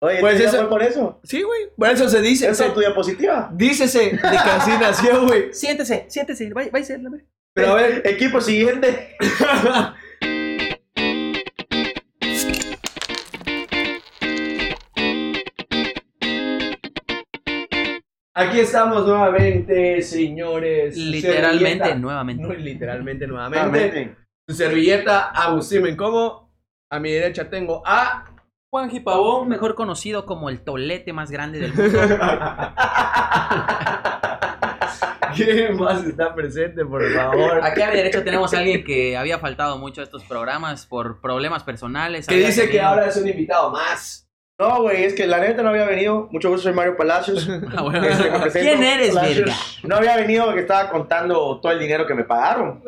Oye, Pues pues eso- fue por eso. Sí, güey. Por eso se dice. Esa se- es tu diapositiva. dícese de que así nació, güey. Siéntese, siéntese, vá- váyase a la verga. Pero a ver. Equipo siguiente. Aquí estamos nuevamente, señores. Literalmente, Servilleta. nuevamente. No, literalmente, nuevamente. Nuevamente. Su servilleta, Agustín Mencomo. A mi derecha tengo a. Juan Pavón, mejor conocido como el tolete más grande del mundo. ¿Quién más está presente, por favor? Aquí a mi derecha tenemos a alguien que había faltado mucho a estos programas por problemas personales. Que había dice que tenido- ahora es un invitado más. No, güey, es que la neta no había venido. Mucho gusto, soy Mario Palacios. Ah, bueno. Este, me presento, ¿Quién eres, Palacios. verga? No había venido porque estaba contando todo el dinero que me pagaron.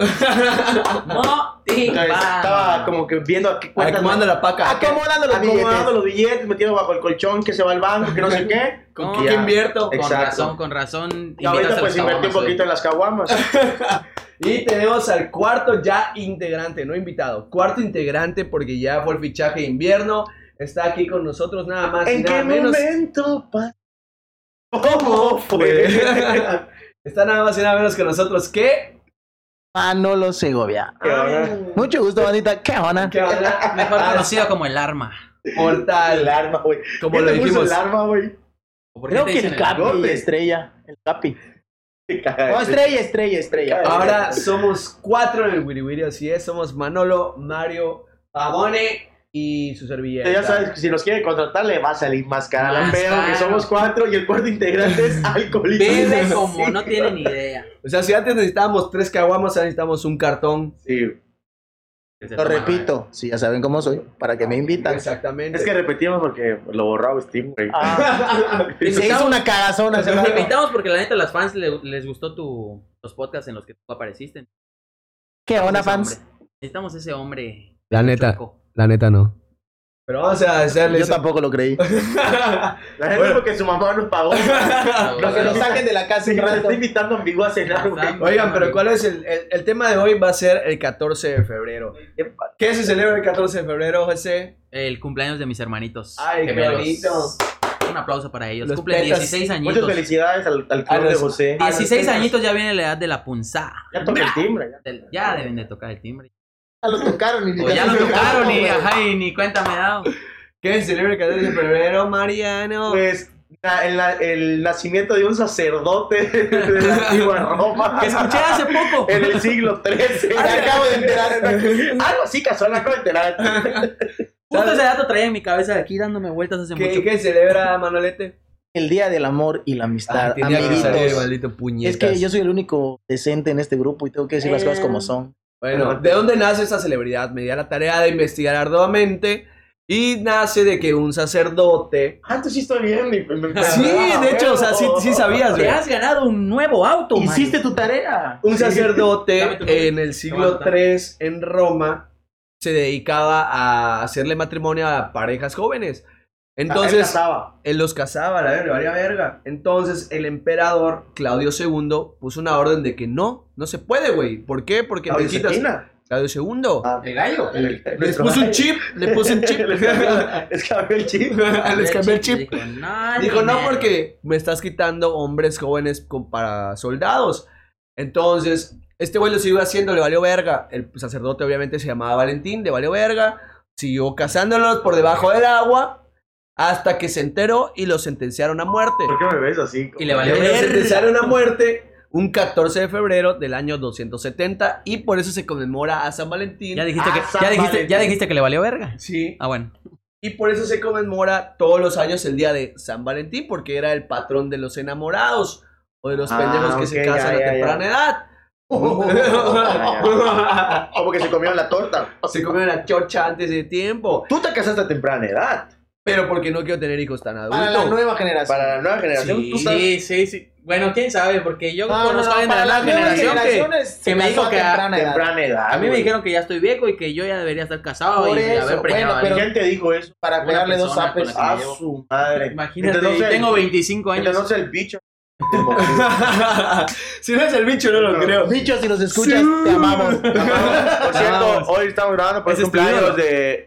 No, Entonces, estaba como que viendo a qué cuentas. me- Acomodando la paca. Acomodando los billetes. los billetes, metido bajo el colchón que se va al banco, que no sé qué. Y ¿Con qué ¿Qué ya. invierto? Con Exacto. razón, con razón. Y ahorita pues invertí un poquito en las caguamas. Y tenemos al cuarto ya integrante, no invitado, cuarto integrante porque ya fue el fichaje de invierno. Está aquí con nosotros nada más y ¿En nada qué menos. momento pa- ¿Cómo fue? Está nada más y nada menos que nosotros que. Manolo Segovia. ¿Qué onda? Ay, Mucho gusto, bandita. ¿Qué onda? ¿Qué onda? Mejor conocido como el arma. El Portal, arma, güey. como ¿Qué lo te puso dijimos. El arma, Este güey. ¿O por qué Creo te que dicen el arma? Capi Golpe. Ah, estrella. El Capi. Qué caja de- No, estrella, estrella, estrella. Ahora somos cuatro en el Wiri Wiri, así es. Somos Manolo, Mario, Pavone y su servilleta. Ya sabes, que si nos quiere contratar, le va a salir más cara la Más pedo, que caro. somos cuatro y el cuarto integrante es alcohólico. Bebe como no tiene ni idea. O sea, si antes necesitábamos tres caguamas, ahora necesitamos un cartón. Sí. Lo repito, si ya saben cómo soy, para que me invitan. Exactamente. Es que repetimos porque lo borraba Steam, güey. Ah, Te se hizo invitamos, una carazona. se te la- invitamos porque la neta a las fans le- les gustó tu, los podcasts en los que tú apareciste. ¿Qué onda, Ese fans? hombre. Necesitamos ese hombre. La neta, choco. la neta no. Pero vamos a Yo hacerles. tampoco lo creí. La gente Bueno. porque su mamá nos pagó. Lo que nos saquen de la casa Sí, un nos rato. está invitando amigo a cenar, güey. Exacto. Oigan, pero ¿cuál es el, el- el tema de hoy? Va a ser el 14 de febrero. ¿Qué se celebra el 14 de febrero, José? El cumpleaños de mis hermanitos. Ay, qué gemelos. bonito. Un aplauso para ellos. Los Cumplen petas. 16 Muchas añitos. felicidades al, al A club de los- José. 16 petas. añitos ya viene la edad de la punzada. Ya toca el timbre. ya. Del- Ya deben de tocar el timbre. Ya lo tocaron y ni O ya te- lo tocaron y, güey. ajá, y ni cuenta me he dado. ¿Qué se celebra el 14 de febrero, Mariano? Pues na- en la- el nacimiento de un sacerdote de la antigua Roma. Que escuché hace poco. En el siglo XIII. Ah, me acabo de enterar. Algo así casual, me acabo de enterar. Ah, Justo ese dato traía en mi cabeza de aquí dándome vueltas hace ¿Qué, mucho. qué celebra Manolete? El día del amor y la amistad, tenía que salir, amiguitos. maldito Es puñetas. que yo soy el único decente en este grupo y tengo que decir las cosas como son. Bueno, ¿de dónde nace esa celebridad? Me di a la tarea de investigar arduamente y nace de que un sacerdote... Ah, tú sí estoy bien. y me- me- Sí, ah, de hecho, o sea, sí, bueno. sí sabías, Te güey. has ganado un nuevo auto, man. Hiciste tu tarea. Un Sí. Ah, sacerdote Dame tu móvil. en el siglo Te voy III en Roma se dedicaba a hacerle matrimonio a parejas jóvenes. Ah, Él Entonces, casaba. él los casaba, la verga, valía verga. Entonces, el emperador Claudio II puso una orden de que no, no se puede, güey. ¿Por qué? Porque Claudio te quitas- Cetina. Claudio II. Ah, El gallo. Les puso un chip, le puso un chip. Les cambió- les cambió el chip. Les cambió el chip. Dijo, no, Dijo, no, dinero". porque me estás quitando hombres jóvenes con- para soldados. Entonces, este güey lo siguió haciendo, le valió verga. El sacerdote obviamente se llamaba Valentín, le valió verga. Siguió cazándolos por debajo del agua hasta que se enteró y lo sentenciaron a muerte. ¿Por qué me ves así? Y le valió Lo verga. sentenciaron a muerte un 14 de febrero del año 270 y por eso se conmemora a San Valentín. Ya dijiste, Ah, que, San ya, dijiste, Valentín. ya dijiste que le valió verga. Sí. Ah, bueno. Y por eso se conmemora todos los años el día de San Valentín, porque era el patrón de los enamorados o de los Ah, pendejos que se ok, casan ya, a ya, temprana edad. O porque se comieron la torta. se comió la chocha antes de tiempo, Tú te casaste a temprana edad. pero porque no quiero tener hijos tan Para la adultos. nueva generación. Para la nueva generación, tú sabes. Sí, sí, sí. Bueno, quién sabe, porque yo No, no, no, conozco a alguien de para la las nueva nuevas generación que... generaciones que me casó dijo a que a temprana edad. Temprana edad. A mí me güey. dijeron que ya estoy viejo y que yo ya debería estar casado Por y eso, haber preñado bueno, a pero alguien. ¿Quién te dijo eso? Para Una pegarle dos persona con zapes. la que me A llevo. su madre. ah, Imagínate, Entonces, tengo 25 años. Entonces el bicho si no es el bicho, no lo creo. Bicho, si nos escuchas, Sí. te amamos. Por cierto, hoy estamos grabando por Ese el es tu ídolo. cumpleaños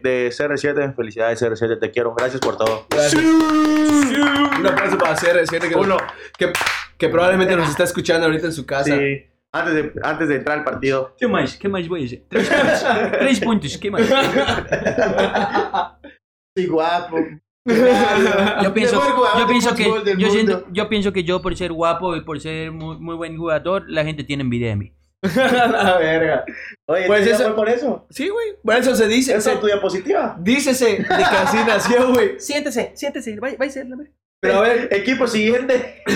de, de CR7. Felicidades, CR7. Te quiero. Gracias por todo. Gracias. Un aplauso para CR7 que, nos- Uno. que, que probablemente nos está escuchando ahorita en su casa. Sí. Antes de, antes de entrar al partido. ¿Qué más? ¿Qué más voy a hacer? Tres puntos. Tres puntos. ¿Qué más? Sí, guapo. Yo pienso, Mejor jugador yo de pienso que fútbol del yo, siento- mundo. yo pienso que yo por ser guapo y por ser muy, muy buen jugador, la gente tiene envidia de mí. La verga. Oye, Pues pues eso- por eso? Sí, güey. Por eso se dice. ¿Esa se- es tu diapositiva? dícese de que así nació, güey. Siéntese, siéntese, váyase a la verga. Pero a ver, Equipo siguiente.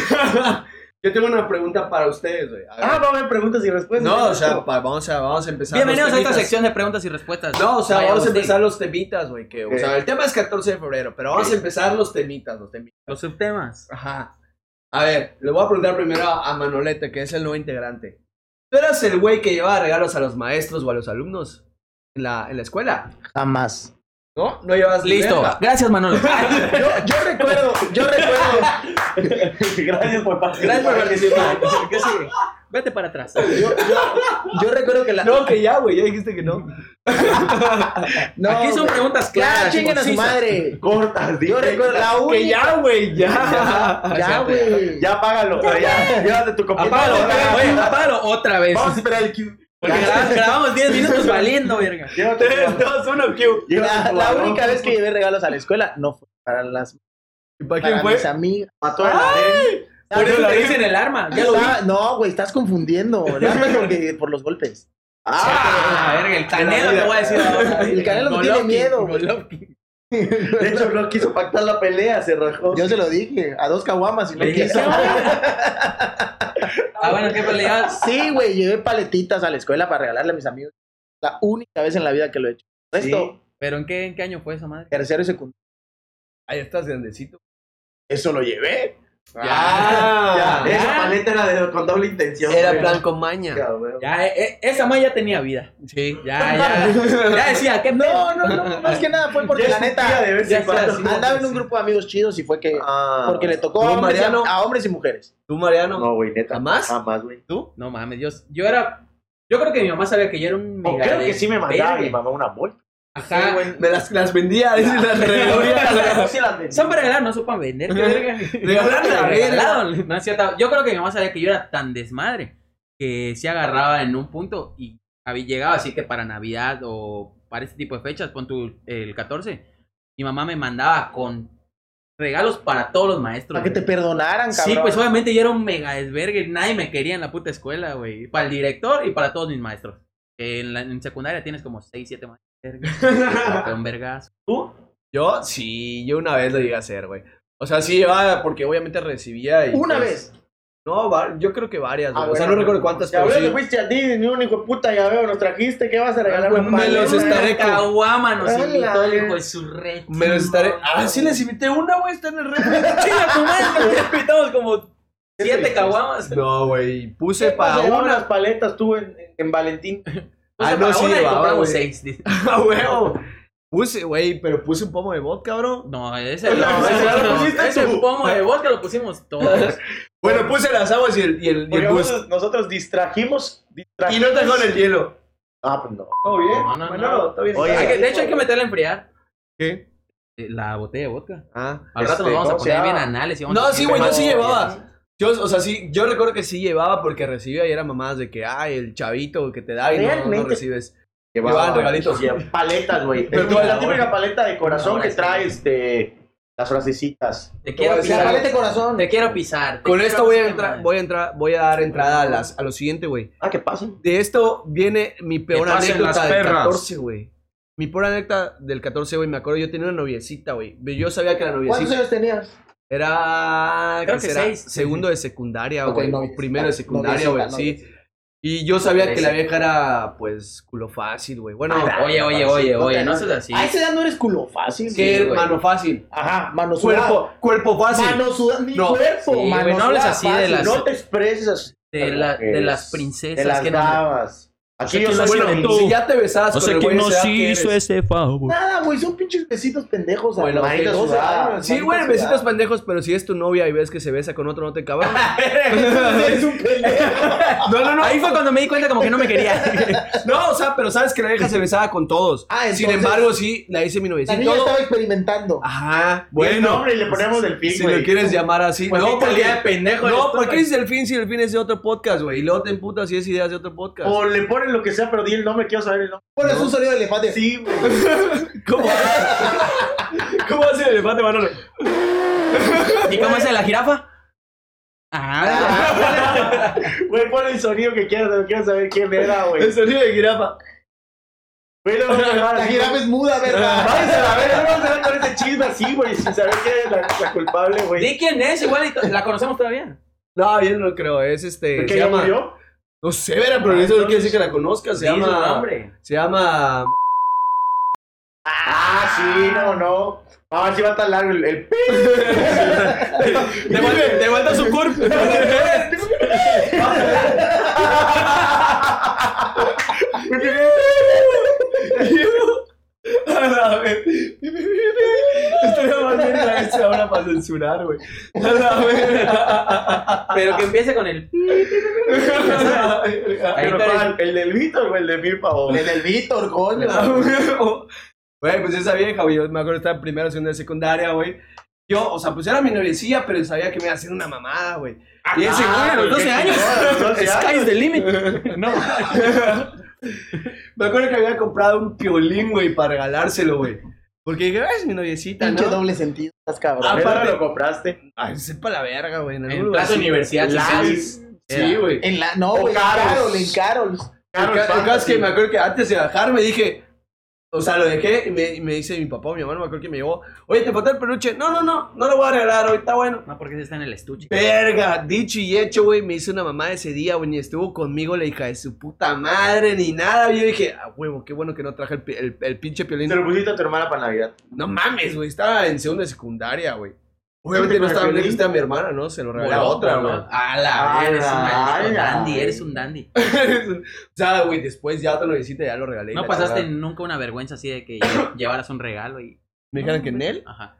yo tengo una pregunta para ustedes, güey. A ver. Ah, va a haber preguntas y respuestas. no, o sea, pa- vamos, a, vamos a empezar. los pues, Bienvenidos a esta temitas. sección de preguntas y respuestas. No, o sea, Vaya vamos a usted. empezar los temitas, güey. Que, o Ok. sea, el tema es 14 de febrero, pero vamos a empezar los temitas, los temitas. los subtemas. Ajá. A ver, le voy a preguntar primero a a Manolete, que es el nuevo integrante. ¿Tú eras el güey que llevaba regalos a los maestros o a los alumnos en la, en la escuela? Jamás. ¿No? No llevabas ni Listo. verga. Gracias, Manolo. Yo, yo recuerdo, yo recuerdo. Gracias por participar. Gracias por participar. ¿Qué sigue? Vete para atrás. Yo recuerdo que la. No, que ya, güey, ya dijiste que no. No, Aquí son güey. preguntas Ya, claras. chinguen a su concisas. madre. Cortas, Yo dije. recuerdo la Que única. ya, güey, Ah, ya. Ya, güey. Ya págalo, pero ya. Llévate tu computadora. Apágalo, Ya, oye, apágalo otra vez. Vamos a esperar el Q. Porque gra- grabamos 10 minutos valiendo, verga. Llévate tu computadora. 2, 1, Q. Llévate La, tu la balón. única vez que llevé regalos a la escuela no fue para las ¿Y para para quién fue? mis amigas. Mató a la red. Por eso Te la- dicen el arma. Ya lo vi. Estaba- no, güey, estás confundiendo. El arma es porque- por los golpes. Ah, verga, el canelo te voy a decir ahora. El Canelo no tiene Golovkin, miedo, güey. Golovkin. De hecho, no quiso pactar la pelea, se rajó. Yo se lo dije a dos caguamas y no Le dije, quiso. Ah, bueno, ¿qué pelea? Sí, güey, llevé paletitas a la escuela para regalarle a mis amigos. La única vez en la vida que lo he hecho. Resto, Sí. ¿Pero en qué, en qué año fue esa madre? tercero y secundario. Ahí estás grandecito. Eso lo llevé. Ah, Ya, Esa ya. paleta era de, con doble intención. Era güey. plan con maña. Ya, güey. Ya, eh, eh, esa madre ya tenía vida. Sí. Ya, ya. Ya decía, ¿qué pedo? No, no, no, más que nada fue porque Ya la existía neta de vez ya en cuando. sea así. andaba en un grupo de amigos chidos y fue que Ah, porque le tocó No, a hombres, y a- Mariano. a hombres y mujeres. ¿Tú, Mariano? No, Ah, güey, neta. ¿Jamás? Jamás, güey. ¿Tú? No mames, yo, yo era. Yo creo que mi mamá sabía que yo era un. O mega Oh, creo de- que sí me mandaba verga. mi mamá una bolsa. Ajá. Me las, las vendía, dice la regaluría. Sí las vendí. Son para regalar, no supan vender. qué verga. Regalar la verga. Regalado, no es cierto. Yo creo que mi mamá sabía que yo era tan desmadre que se agarraba en un punto y había llegado así que para Navidad o para este tipo de fechas, pon tú el 14, mi mamá me mandaba con regalos para todos los maestros. Para que te güey. perdonaran, cabrón. Sí, pues obviamente yo era un mega desvergue, nadie me quería en la puta escuela, güey. Para el director y para todos mis maestros. Que En, la, en secundaria tienes como 6, 7 maestros. verga. Un vergazo. ¿Tú? Yo sí, yo una vez lo llegué a hacer, güey. O sea, sí llevaba, porque obviamente recibía. y, Una pues, vez. No, va- yo creo que varias, güey. Ah, o sea, no bueno. recuerdo cuántas, Ya pero veo que sí. fuiste a Disney, ni un hijo de puta, ya veo, nos trajiste, ¿qué vas a regalar? Me Una los paleta. estaré- Tareco. Caguama nos Hola. invitó el hijo de su re. Me las estaré. Ah, sí les invité una, güey, está en el refri. Chinga tu madre, nos invitamos como siete caguamas. No, güey, ¿Qué puse para pasó? una. unas paletas tú en, en Valentín. Ah, Ah, no, no, sí una y llevaba, güey. compramos seis. dice. Ah, huevo. Puse, güey, pero puse un pomo de vodka, bro. No, ese No, no, ese ese, ya lo no, pusiste ese tú. pomo de vodka lo pusimos todos. Bueno, puse las aguas y el, y el, y Porque el bus. nosotros, nosotros distrajimos, Y distrajimos. no te con el hielo. Ah, pues no. ¿Todo bien? No, no, no. Manolo, ¿todo bien? Oye. Hay que- de hecho, hay que meterla a enfriar. ¿Qué? Eh, La botella de vodka. Ah. Al rato Este, nos vamos a ¿cómo se poner bien llama? anales. y vamos No, a- sí, güey, yo pero- sí llevaba. Yo, o sea, sí, yo recuerdo que sí llevaba porque recibía y era mamadas de que, ay, el chavito que te da y no- no, Realmente. recibes. Llevaban regalitos. llevaban Paletas, güey. Pero Es tú- la típica paleta de corazón No, que es- trae este, las frasecitas. Te quiero Pues, La pisar. paleta de corazón. Te quiero pisar. te Con quiero esto voy a pisar, entrar, madre. voy a entrar, voy a dar entrada a, las, a lo siguiente, güey. Ah, ¿qué pasa? De esto viene mi peor Que pasen las anécdota del perras. 14, güey. Mi peor anécdota del 14, güey, me acuerdo, yo tenía una noviecita, güey. Yo sabía que la ¿Cuántos noviecita años tenías? era... ¿qué Creo que será? seis. Segundo de secundaria, Ok, Ah, güey. o noviecita, primero de secundaria, güey, noviecita, sí. noviecita. Y yo sabía que la vieja era, pues, culo fácil, güey. Bueno, Ah, Oye, oye, oye, No te- oye, no seas así. A Ah, esa edad no eres culo fácil. que güey. mano fácil. Ajá, mano sudada. Cuerpo, cuerpo fácil. Mano sudada, mi No. cuerpo. Sí, mano güey, no hables sudada así de fácil. las- No te expreses así. De, la- de las Es- princesas De las que nos babas. Aquí O sea, yo que no soy sirve el- tú. Si ya te besabas No con sé el quién güey de nos esa edad que hizo eres. ese favor. Nada, güey, son pinches besitos pendejos. Bueno, hermano, manita de 12 sudada. años, Sí, manita güey, besitos sudada. pendejos, pero si es tu novia y ves que se besa con otro, no te cabrón. Es un pendejo. No, no, no. Ahí fue cuando me di cuenta como que no me quería. No, o sea, pero sabes que la vieja se besaba con todos. Ah, entonces- Sin embargo, Ah, sí, la hice mi La niña noviecito. estaba experimentando. Ajá, Y el bueno. nombre y le ponemos del fin, Si güey. lo quieres llamar así. Pues no, sí, calidad de porque... pendejo. eres No, tú, porque güey. es el fin si el fin es de otro podcast, güey. Y luego te emputas si es ideas de otro podcast. O le ponen lo que sea, pero di el nombre, quiero saber el nombre. Bueno, es un sonido de elefante. Sí, güey. ¿Cómo? ¿Cómo hace el elefante Manolo? ¿Y cómo es la jirafa? Ah, Güey, pon el sonido que quieras, pero quiero saber quién era, güey. El sonido de jirafa. Güey, no, no, no, La así, jirafa es muda, ¿verdad? Váyanse a la verga, no vamos a hablar con ese chisme así, güey, sin saber quién es la, la culpable, güey. ¿De quién es? Igual y to- la conocemos todavía. No, yo no lo creo. Es este. ¿Por se qué ya llama- murió? Ah, No sé, Vera, pero eso no quiere decir que la conozca. Se Sí, su llama. nombre. Se llama. Ah, sí, no, no. Ah, sí va a estar largo el, el pi. Te falta, te falta su curva. A ver. Estaría más bien la S ahora para censurar, güey. A la verga. Pero que empiece con el. Ahí Pero, está el- ¿cuál? ¿El del Víctor o el de Mirpa? o- El del Víctor, coño. Ah, huevo. Güey, pues esa vieja, güey, yo me acuerdo que estaba en primera, segunda de secundaria, güey. Yo, o sea, pues era mi noviecilla, pero sabía que me iba a hacer una mamada, güey. Ah, Y ese güey a los 12 años. Ah, Sky's the limit. No. me acuerdo que había comprado un piolín, güey, para regalárselo, güey. Porque dije, "Ah, es mi noviecita, Pinche ¿no? doble sentido, estás cabrón. Ah, ¿Dónde aparte- lo compraste? Ay, sepa la verga, güey. En En algún lugar. Plaza Sí, Universidad. Las- Sí, güey. En la, no, O güey, en Carlos. Carol, en Carol. El Claro, ca- el caso es que sí. me acuerdo que antes de bajarme dije, o sea, lo dejé y me, y me dice mi papá o mi hermano, me acuerdo que me llevó, oye, te falta el peluche. No, no, no, no lo voy a regalar, hoy está bueno. No, porque ese está en el estuche. Verga, dicho y hecho, güey, me hizo una mamá ese día, güey, ni estuvo conmigo la hija de su puta madre, ni nada. Y yo dije, ah, huevo, qué bueno que no traje el, pi- el- el pinche piolín. Se lo pusiste a tu hermana para Navidad. No mames, güey, estaba en segunda de secundaria, güey. Obviamente no estaba ¿El piolín? lejos a mi hermana, ¿no? Se lo regaló La a Voló, otra, Ah, voló. güey. A la A verga, eres un la maldito verga. dandy, eres un dandy. o sea, güey, después ya otra novicita ya lo regalé. y No la pasaste chingada. nunca una vergüenza así de que lle- llevaras un regalo y. Me dijeron que en él. Ajá.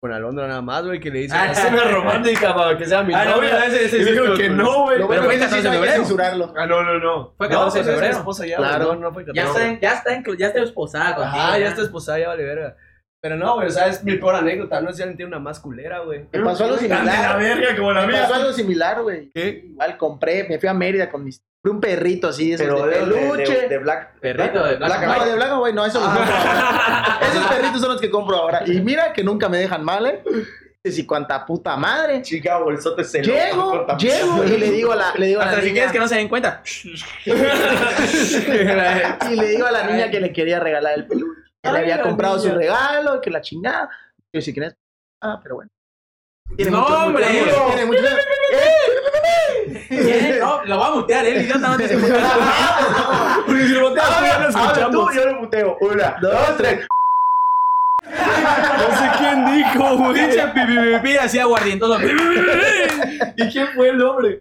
con Alondra nada más, güey, que le dice Ah, "Hazme romántica para que sea mi Ah, no, novia. no, ese- ese- y ese- dijo que no, güey. Pero Lo bueno fue es el que 14 de sí no hay que febrero. censurarlo. Ah, no, no, no. Fue No, 14 de pues, febrero. es esposa ya, Claro. güey, No, no fue 14 Ya de febrero. está, ya está, inclu- ya está esposada contigo. Ajá, ya ya. está esposada, ya vale verga. Pero no, güey, o sea, es mi peor anécdota. No sé si alguien tiene una más culera, güey. Me pasó algo similar. verga como Me pasó algo similar, güey. ¿Qué? Igual compré, me fui a Mérida con mis. Compré un perrito así, de esos Pero de de, de, peluche. de, de Black. Perrito de Black Black and and White, White. de blanco, güey, no, esos los compro ahora. Esos perritos son los que compro ahora. Y mira que nunca me dejan mal, ¿eh? Si cuanta puta madre. Chica, bolsote celoso. Llego, corta- llego y le digo a la, le digo a la Hasta si niña, quieres que no se den cuenta. y le digo a la niña que le quería regalar el peluche. Que le Ay, había la comprado niña. su regalo, que la chingada. Que si quieres, ah, pero bueno. No, hombre. amor, tiene mucho- ¿Quién? No, lo va a mutear, él idiota no te se Porque si lo boteas, tú ya lo Habla tú, escuchamos. yo lo puteo. Una, dos, tres. No sé quién dijo, Pinche güey. pi, pi, pi, pi, así aguardientoso. ¿Y quién fue el hombre?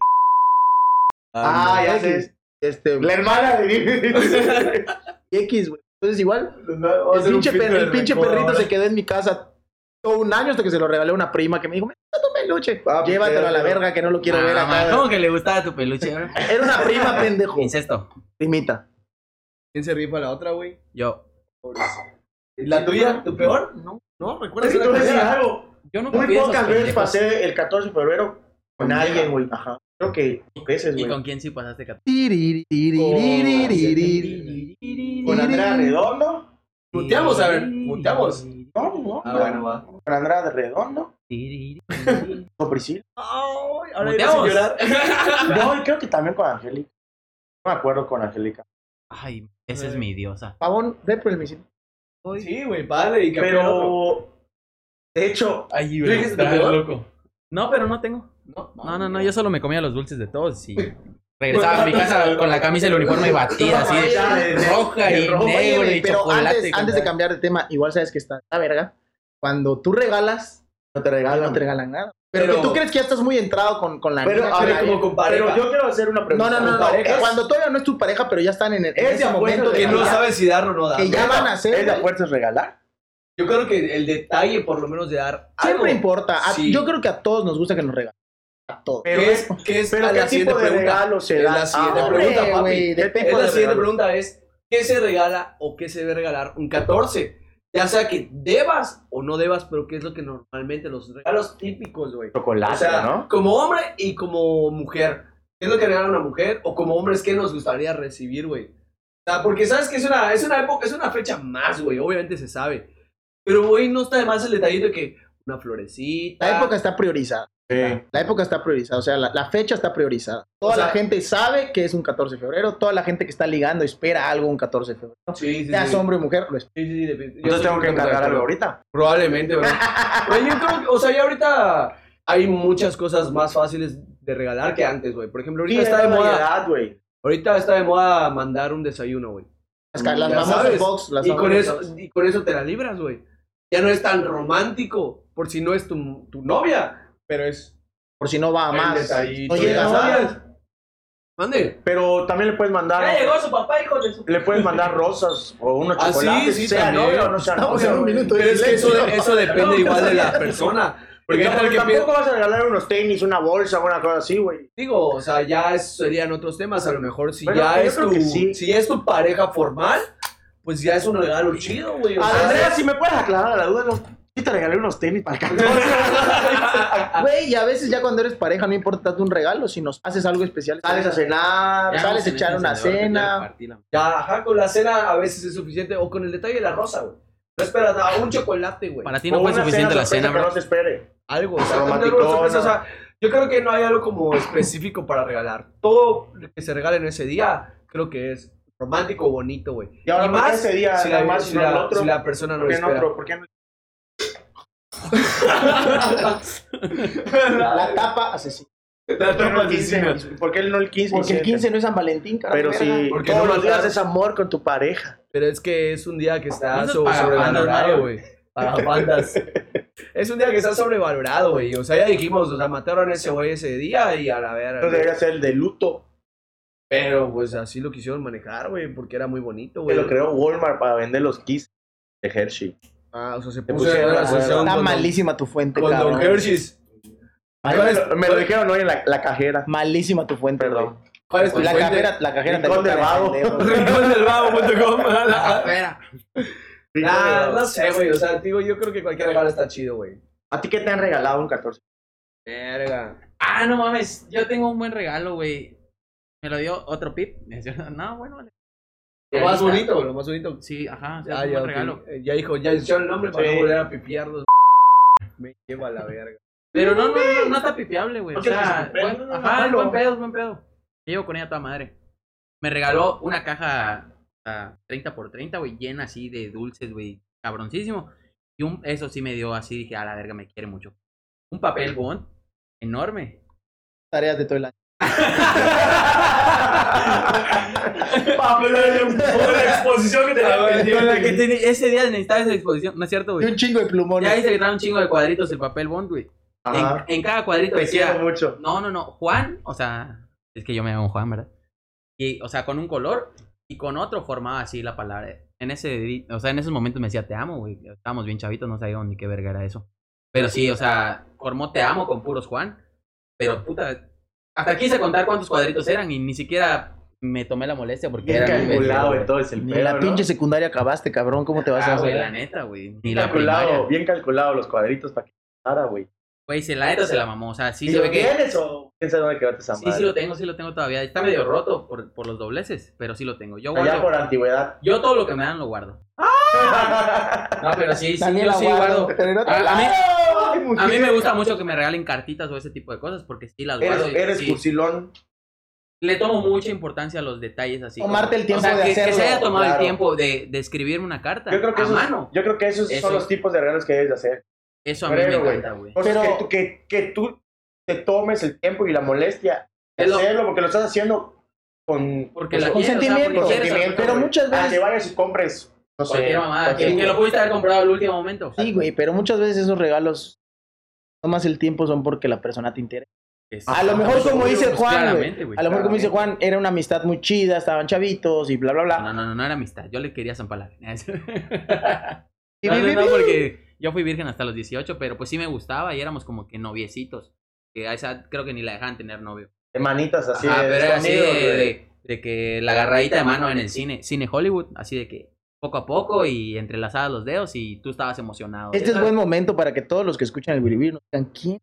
Ah, ya X, sé. Este, La hermana de... X, güey. Entonces, igual, Vamos a El hacer un pinche, filtro per- el de pinche rencor perrito ahora. se quedó en mi casa todo un año hasta que se lo regalé a una prima que me dijo, me gusta tu peluche, Ah, pues, llévatelo a la quédatelo. verga que no lo quiero ver Ah, acá. ¿Cómo que le gustaba tu peluche? bro? Era una prima, pendejo. Incesto. Primita. ¿Quién se rifa la otra, güey? Yo. ¿La tuya? ¿Tu peor? No, no, Es recuerdas que te una voy a decir culera? algo. Yo nunca Muy fui de esos pocas veces pendejos. pasé el 14 de febrero con alguien, güey. Ajá. Creo que veces, ¿Y güey. con quién sí pasaste cat- Tiriri, Oh. tiriri, tiriri. Con Andrea Redondo. Muteamos, a ver, muteamos. No, no. Ah, bueno, va. Con Andrea Redondo. Con Priscila. Ay, ahora irás a Muteamos. llorar. No, y creo que también con Angélica. No me acuerdo con Angélica. Ay, esa es mi diosa. Pavón, ve por el misil. Sí, güey, vale. Y campeón otro. Pero. De hecho, Ay, ¿Tú dijiste tu peor? No, pero no tengo. No, No, no, no, yo solo me comía los dulces de todos y regresaba a mi casa con la camisa y el uniforme batida, así de roja y El rojo, Oye, negro güey, y pero chocolate. antes, antes de cambiar de tema, igual sabes que está la verga. Cuando tú regalas, no te no regalan. te regalan nada. Pero, Pero- que tú crees que ya estás muy entrado con, con la Pero, niña, a con ver, la- como con pareja. Pero yo quiero hacer una No, pregunta. no, no, no. ¿Con parejas? Cuando todavía no es tu pareja, pero ya están en, el, en Es de ese acuerdo, momento de Que de no ya- sabe si dar o no dar. que ya van a hacer. ¿Es de güey. fuerzas regalar? Yo creo que el detalle, por lo menos, de dar Siempre algo, importa. A- Sí. Yo creo que a todos nos gusta que nos regalen. A todos. Pero ¿Qué es, qué es Pero a qué la tipo siguiente de pregunta? regalo se Es da. la siguiente Ah, pregunta, hombre, papi. güey, ¿Qué de Es pejo la de siguiente regalo. pregunta es, ¿qué se regala o qué se debe regalar un 14? Ya sea que debas o no debas, pero qué es lo que normalmente los regalos típicos, güey. Chocolate, O sea, ¿no? como hombre y como mujer. ¿Qué es lo que regala una mujer? O como hombres, ¿qué nos gustaría recibir, güey? O sea, porque sabes que es una, es una época, es una fecha más, güey. Obviamente se sabe. Pero, güey, no está de más el detallito de que una florecita. La época está priorizada. Sí. La época está priorizada. O sea, la, la fecha está priorizada. Toda O sea- la gente sabe que es un 14 de febrero. Toda la gente que está ligando espera algo un 14 de febrero. Sí, sí, sí. Seas hombre o mujer, lo espera. Sí, sí, sí, definit- yo Entonces estoy tengo que completamente encargar de algo acuerdo. ahorita. Probablemente, güey. Pero yo creo que, o sea, ya ahorita hay muchas cosas más fáciles de regalar que antes, güey. Por ejemplo, ahorita Sí, está de es moda. variedad, güey. Ahorita está de moda mandar un desayuno, güey. Las, ca- las Ya famosas sabes. box. Las Y con famosas eso, box. y con eso te la libras, güey. Ya no es tan romántico, por si no es tu, tu novia, pero es Por si no va a el más. detallito. No Oye, llegas no, a- ¿sabes? Mande. Pero también le puedes mandar, llegó su papá, hijo de su... le puedes mandar rosas o unos Ah, sí, chocolates, sí, sea también. novio o no sea Estamos en un novio. minuto de Pero es que eso, silencio. eso depende igual de la persona. Porque Porque hay tal que pi- tampoco vas a regalar unos tenis, una bolsa, una cosa así, güey. Digo, o sea, ya es- serían otros temas. A lo mejor si Bueno, ya yo es creo tu, que sí. si ya es tu pareja formal, pues ya es un regalo chido, güey. o sea, Ah, Andrea, si me puedes aclarar la duda, ¿no? sí te regalé unos tenis para el 14. Güey, y a veces ya cuando eres pareja no importa tanto un regalo, si nos haces algo especial. Sales a cenar. Ya. sales a echar una cena. ya, ajá, con la cena a veces es suficiente. O con el detalle de la rosa, güey. No esperas a un chocolate, güey. Para ti no O fue una suficiente la sorpresa cena, que bro. No te espere. algo, o sea, Romántico, tener una sorpresa, ¿no? o sea, yo creo que no hay algo como específico para regalar. Todo lo que se regale en ese día, creo que es romántico, bonito, güey. Y ahora, ¿por qué ese día si la, nada más si y no la- el otro? si la persona no ¿Por lo qué no, espera. bro? ¿Por qué no? La tapa asesina. ¿Por qué no el 15? ¿Por qué no el 15? Porque el 15 no es San Valentín, carajo. Pero si Porque todos no los días matar. es amor con tu pareja. Pero es que es un día que está Eso es so- para bandas, sobrevalorado, ¿no? güey. Para bandas. es un día que está sobrevalorado, güey. O sea, ya dijimos, o sea, mataron a ese güey ese día y a la verga. Entonces debería ser el de luto Pero pues así lo quisieron manejar, güey, porque era muy bonito, que güey. lo creó Walmart para vender los kits de Hershey. Ah, o sea, se Te puso en pusieron de una acuerdo. asociación Está con Don- malísima tu fuente, con Don cabrón. Hershey's. Ahí Me lo, me lo dijeron hoy en la, la cajera. Malísima tu fuente, Perdón. güey. ¿Cuál es tu La fuente? cajera, la cajera Rincón toca del de vago. pendejo. Rincondelvago.com. Espera. Ah, no sé, güey. O sea, digo, yo creo que cualquier regalo está chido, güey. ¿A ti qué te han regalado un 14? Verga. Ah, no mames, yo tengo un buen regalo, güey. Me lo dio otro pip. Me decía, No, bueno, vale. Lo más Realista. bonito, lo más bonito. Sí, ajá, Ah, es un ya, buen ok. regalo. Eh, ya dijo, ya hicieron el nombre para Sí. no volver a pipiarlos. Me lleva la verga. Pero no, no, no, no está pipeable, güey. O No tienes sea, que ser buen- pedo, no, no, ajá, no. buen pedo, buen pedo. Me llevo con ella toda madre. Me regaló una caja ah, 30 por 30, güey, llena así de dulces, güey, cabroncísimo. Y un, eso sí me dio así, dije, a la verga, me quiere mucho. Un papel bond enorme. Tareas de todo el año. Pablo, la exposición que tenía pendiente. La que tenía- ese día necesitaba esa exposición, ¿no es cierto, Y güey? un chingo de Ya plumones. dice que trae un chingo de cuadritos el papel bond, güey. En, Ajá. en cada cuadrito Te quiero decía, mucho. no, no, no, Juan, o sea, es que yo me llamo Juan, ¿verdad? Y, o sea, con un color y con otro formaba así la palabra. En ese, di- o sea, en esos momentos me decía, te amo, güey. Estábamos bien chavitos, no sabíamos ni qué verga era eso. Pero sí, o sea, formó te amo con puros Juan. Pero puta, hasta quise contar cuántos cuadritos eran y ni siquiera me tomé la molestia porque Bien era calculado entonces el Ni pedo, la ¿no? pinche secundaria acabaste, cabrón. ¿Cómo te vas Ah, a güey, la hacer? neta, güey. Ni Bien la primaria. calculado, bien calculado los cuadritos para que pasara, güey. Güey, se la neta se la mamó. O sea, sí se ¿Lo ve que. tienes o quién sabe dónde quedaste esa Sí, madre? sí lo tengo, sí lo tengo todavía. Está medio roto por, por los dobleces, pero sí lo tengo. Yo Allá guardo. por antigüedad. Yo todo lo que me dan lo guardo. ¡Ah! No, pero sí, sí, yo Daniela sí Guardo, guardo. pero en otro A, a mí, ¡Ay, a mí mujer! me gusta mucho que me regalen cartitas o ese tipo de cosas porque sí las guardo. Eres, y eres sí. cursilón. Le tomo mucha importancia a los detalles así. como- Tomarte el tiempo o sea, de que, que hacerlo, se haya tomado claro. el tiempo de, de escribirme una carta Yo creo que a esos- mano. Yo creo que esos Eso. son los tipos de regalos que debes de hacer. Eso a mí creo, me güey. encanta, güey. Cosas Pero- que, tú- que, que tú te tomes el tiempo y la molestia de Es lo- hacerlo, porque lo estás haciendo con Porque con la con quiero, o sea, Pues, sentimiento, porque quieres sentimiento, hacer- Pero güey. muchas Ah, que veces. vayas y compres, no sé. cualquier mamada, que, cualquier- que lo pudiste haber comprado al último momento. Sí, güey, pero muchas veces esos regalos Nomás el tiempo son porque la persona te interesa. Es- A lo mejor como Pues, dice Juan, güey, claramente, güey, a lo mejor como dice claramente. Juan, era una amistad muy chida, estaban chavitos y bla, bla, bla. No, no, no, no era amistad. Yo le quería zampar la vena. Y no, vi, no, vi, no, vi. porque yo fui virgen hasta los 18, pero pues sí me gustaba y éramos como que noviecitos. Que a esa edad creo que ni la dejaban tener novio. Manitas así. Ajá, de- pero era así de, amigos, güey. de- de que la agarradita de mano en el cine, cine Hollywood, así de que poco a poco y entrelazadas los dedos y tú estabas emocionado. Este es buen momento para que todos los que escuchan el Biribir nos digan quién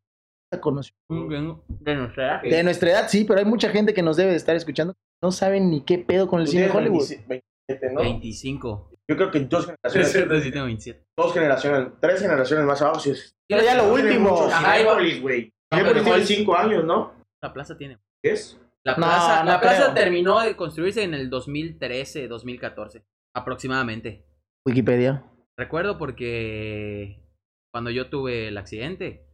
la conoció. de nuestra edad. De nuestra edad, sí, pero hay mucha gente que nos debe de estar escuchando. No saben ni qué pedo con el Tú cine de tienes Hollywood. 27, 27, ¿no? 25. Yo creo que dos Es generaciones, cierto, sí tengo 27. dos generaciones, tres generaciones más abajo. Sí, es- Pero ya lo Tiene último. mucho Ajá, Cinépolis, güey. No, Cinépolis pero tiene ¿cuál? cinco años, ¿no? La plaza tiene. ¿Es? La No, plaza, no la plaza creo. terminó de construirse en el 2013, 2014, aproximadamente. Wikipedia. Recuerdo porque cuando yo tuve el accidente,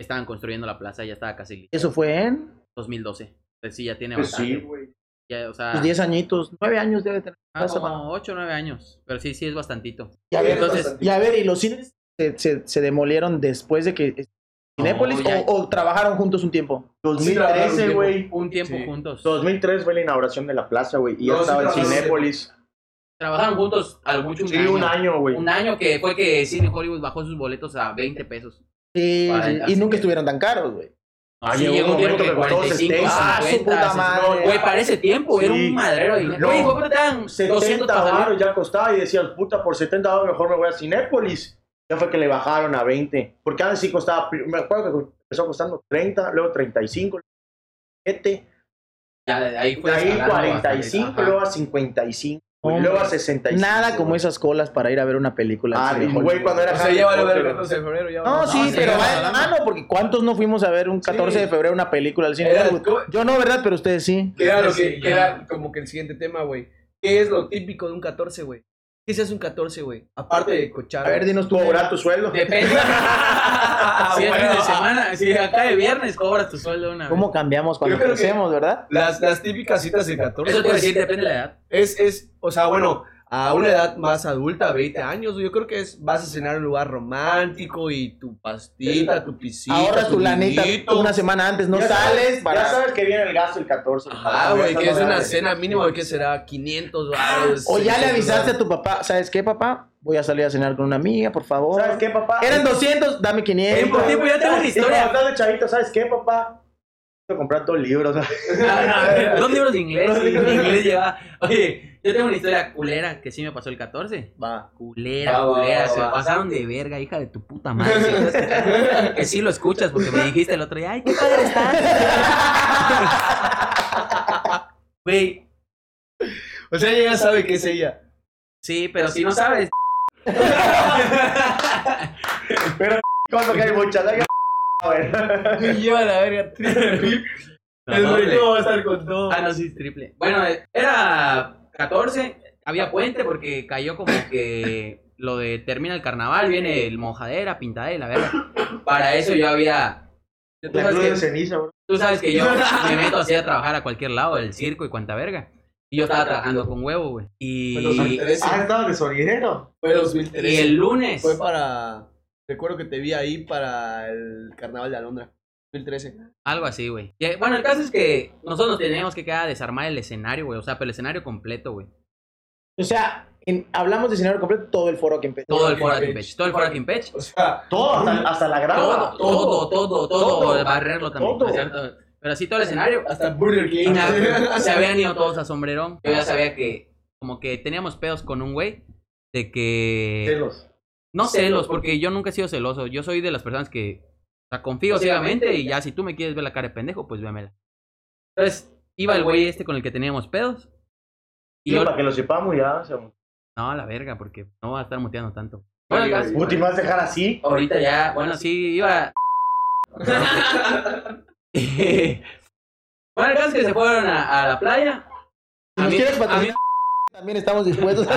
estaban construyendo la plaza, ya estaba casi lista. Eso fue en 2012. Entonces sí, ya tiene Pues bastante. sí, güey. Ya, o sea, pues, 10 añitos, 9 años debe tener. Ah, Pasa, como 8 o 9 años. Pero sí, sí es bastantito. Y a ver, Entonces- y, a ver, ¿y los cines se, se- se demolieron después de que Cinépolis ya- o, o trabajaron juntos un tiempo? Sí, trabajaron un 2013, tiempo- güey. Un tiempo Sí. juntos. 2003 fue la inauguración de la plaza, güey. Y ya No, sí estaba en trabajaron. Cinépolis. Trabajaron juntos al mucho un Sí, año. un año, güey. Un año que fue que Cine Hollywood bajó sus boletos a 20 pesos. Sí, Cuarenta, sí, y sí. nunca estuvieron tan caros, güey. No, Ah, sí, llegó un llegó un tiempo momento que que costó 45, 60, Ah, su 50, puta 60. madre. Güey, para ese tiempo era Sí. un madrero. de dinero. No. Güey, güey, ¿cuánto te dan? 70 200 pasajeros. dólares ya costaba y decías, puta, por 70 dólares mejor me voy a Cinépolis. Ya fue que le bajaron a 20. Porque antes sí costaba, pri- me acuerdo que empezó costando 30, luego 35, luego 7, Ya, de ahí de fue ahí escalando bastante. 45, Ajá. luego a 55, y Hombre. luego a 65. Nada como esas colas para ir a ver una película. de Ah, cine de güey, Hollywood. cuando era O sea, Harry ya vale Potter, verga, güey. el 14 de febrero. Ya Ah, No, vale. sí, sí, pero no, va de no, la mano, porque ¿cuántos no fuimos a ver un 14 de febrero una película al cine? Era- Hollywood? Yo no, ¿verdad? Pero ustedes sí. Que era lo que Sí, que era como que el siguiente tema, güey. ¿Qué es lo típico de un 14, güey? ¿Qué se hace un 14, güey? Aparte de cochar. A ver, dinos tú. Cobrar tu sueldo. Depende. Ah, si es fin de semana, si acá de viernes cobras tu sueldo de una vez. ¿Cómo cambiamos cuando Yo creo que- crecemos, verdad? Las, las típicas citas del 14. Eso te pues, decir, depende de la edad. Es, es, o sea, bueno, a una edad más adulta, 20 años, yo creo que es, vas a cenar en un lugar romántico y tu pastita, tu piscina. Ahorras tu lanita una semana antes, no Ya sales. sabes- para- Ya sabes que viene el gasto el 14. Ah, güey, que es una cena. cena mínima, que será 500 baros. O ya le avisaste a tu papá, ¿sabes qué, papá? Voy a salir a cenar con una amiga, por favor. ¿Sabes qué, papá? Eran pues 200, dame 500. Tiempo, tiempo, yo tengo una Y historia. cuando estás de chavito, ¿sabes qué, papá? Quiero comprar dos libros. Dos libros de inglés, Dos sí, libros de inglés lleva. Oye, yo tengo una historia culera que sí me pasó el 14. Va. Culera, Va, va, culera, va, se va. pasaron de verga, hija de tu puta madre. si estás escuchando, que sí lo escuchas porque me dijiste el otro día, ay, qué padre estás. Güey, O sea, ella ya sabe que es ella. sí, pero si no sabes. Cuando que hay muchas. hay que- A ver. Lleva la verga triple pip. No, el hombre. rico va a estar con todo. Ah, no, sí, triple. Bueno, eh, era 14, había puente porque cayó como que lo de termina el carnaval, viene el mojadera, pintadera y la verga. Para eso yo había... Tú La cruz de sabes que, ceniza, bro. tú sabes que yo me meto así a trabajar a cualquier lado, el circo y cuanta verga. Y yo estaba trabajando con huevo, güey. Fue 2013. Y, Ah, estaba de sonidero. Fue y 2013. el lunes... Fue para. Recuerdo que te vi ahí para el carnaval de Alondra. 2013. Algo así, güey. Y, eh, Bueno, el caso es que nosotros nos teníamos que quedar a desarmar el escenario, güey. O sea, pero el escenario completo, güey. O sea, en- hablamos de escenario completo, todo el foro que empezó. Todo el foro Kimpech. Todo el foro Kimpech. O sea, Todo, hasta, hasta la grava. Todo, todo, todo, todo, Todo. barrerlo también. Todo. ¿no es cierto? Pero así todo el escenario. hasta Burger Y King. nada, se habían ido todos a sombrerón. Yo ya sabía que, como que teníamos pedos con un güey de que. Celos. No celos, porque yo nunca he sido celoso. Yo soy de las personas que. O sea, confío ciegamente y ya si tú me quieres ver la cara de pendejo, pues véamela. Entonces, iba el güey este con el que teníamos pedos. Y Y yo. para que lo sepamos ya. se- No, a la verga, porque no va a estar muteando tanto. Bueno, el caso- Puti, ¿me vas a dejar así? Ahorita ya, bueno, sí, iba. bueno, el caso es que se fueron a, a la playa. Si A nos mí- quieres a mí- patrocinar, también estamos dispuestos A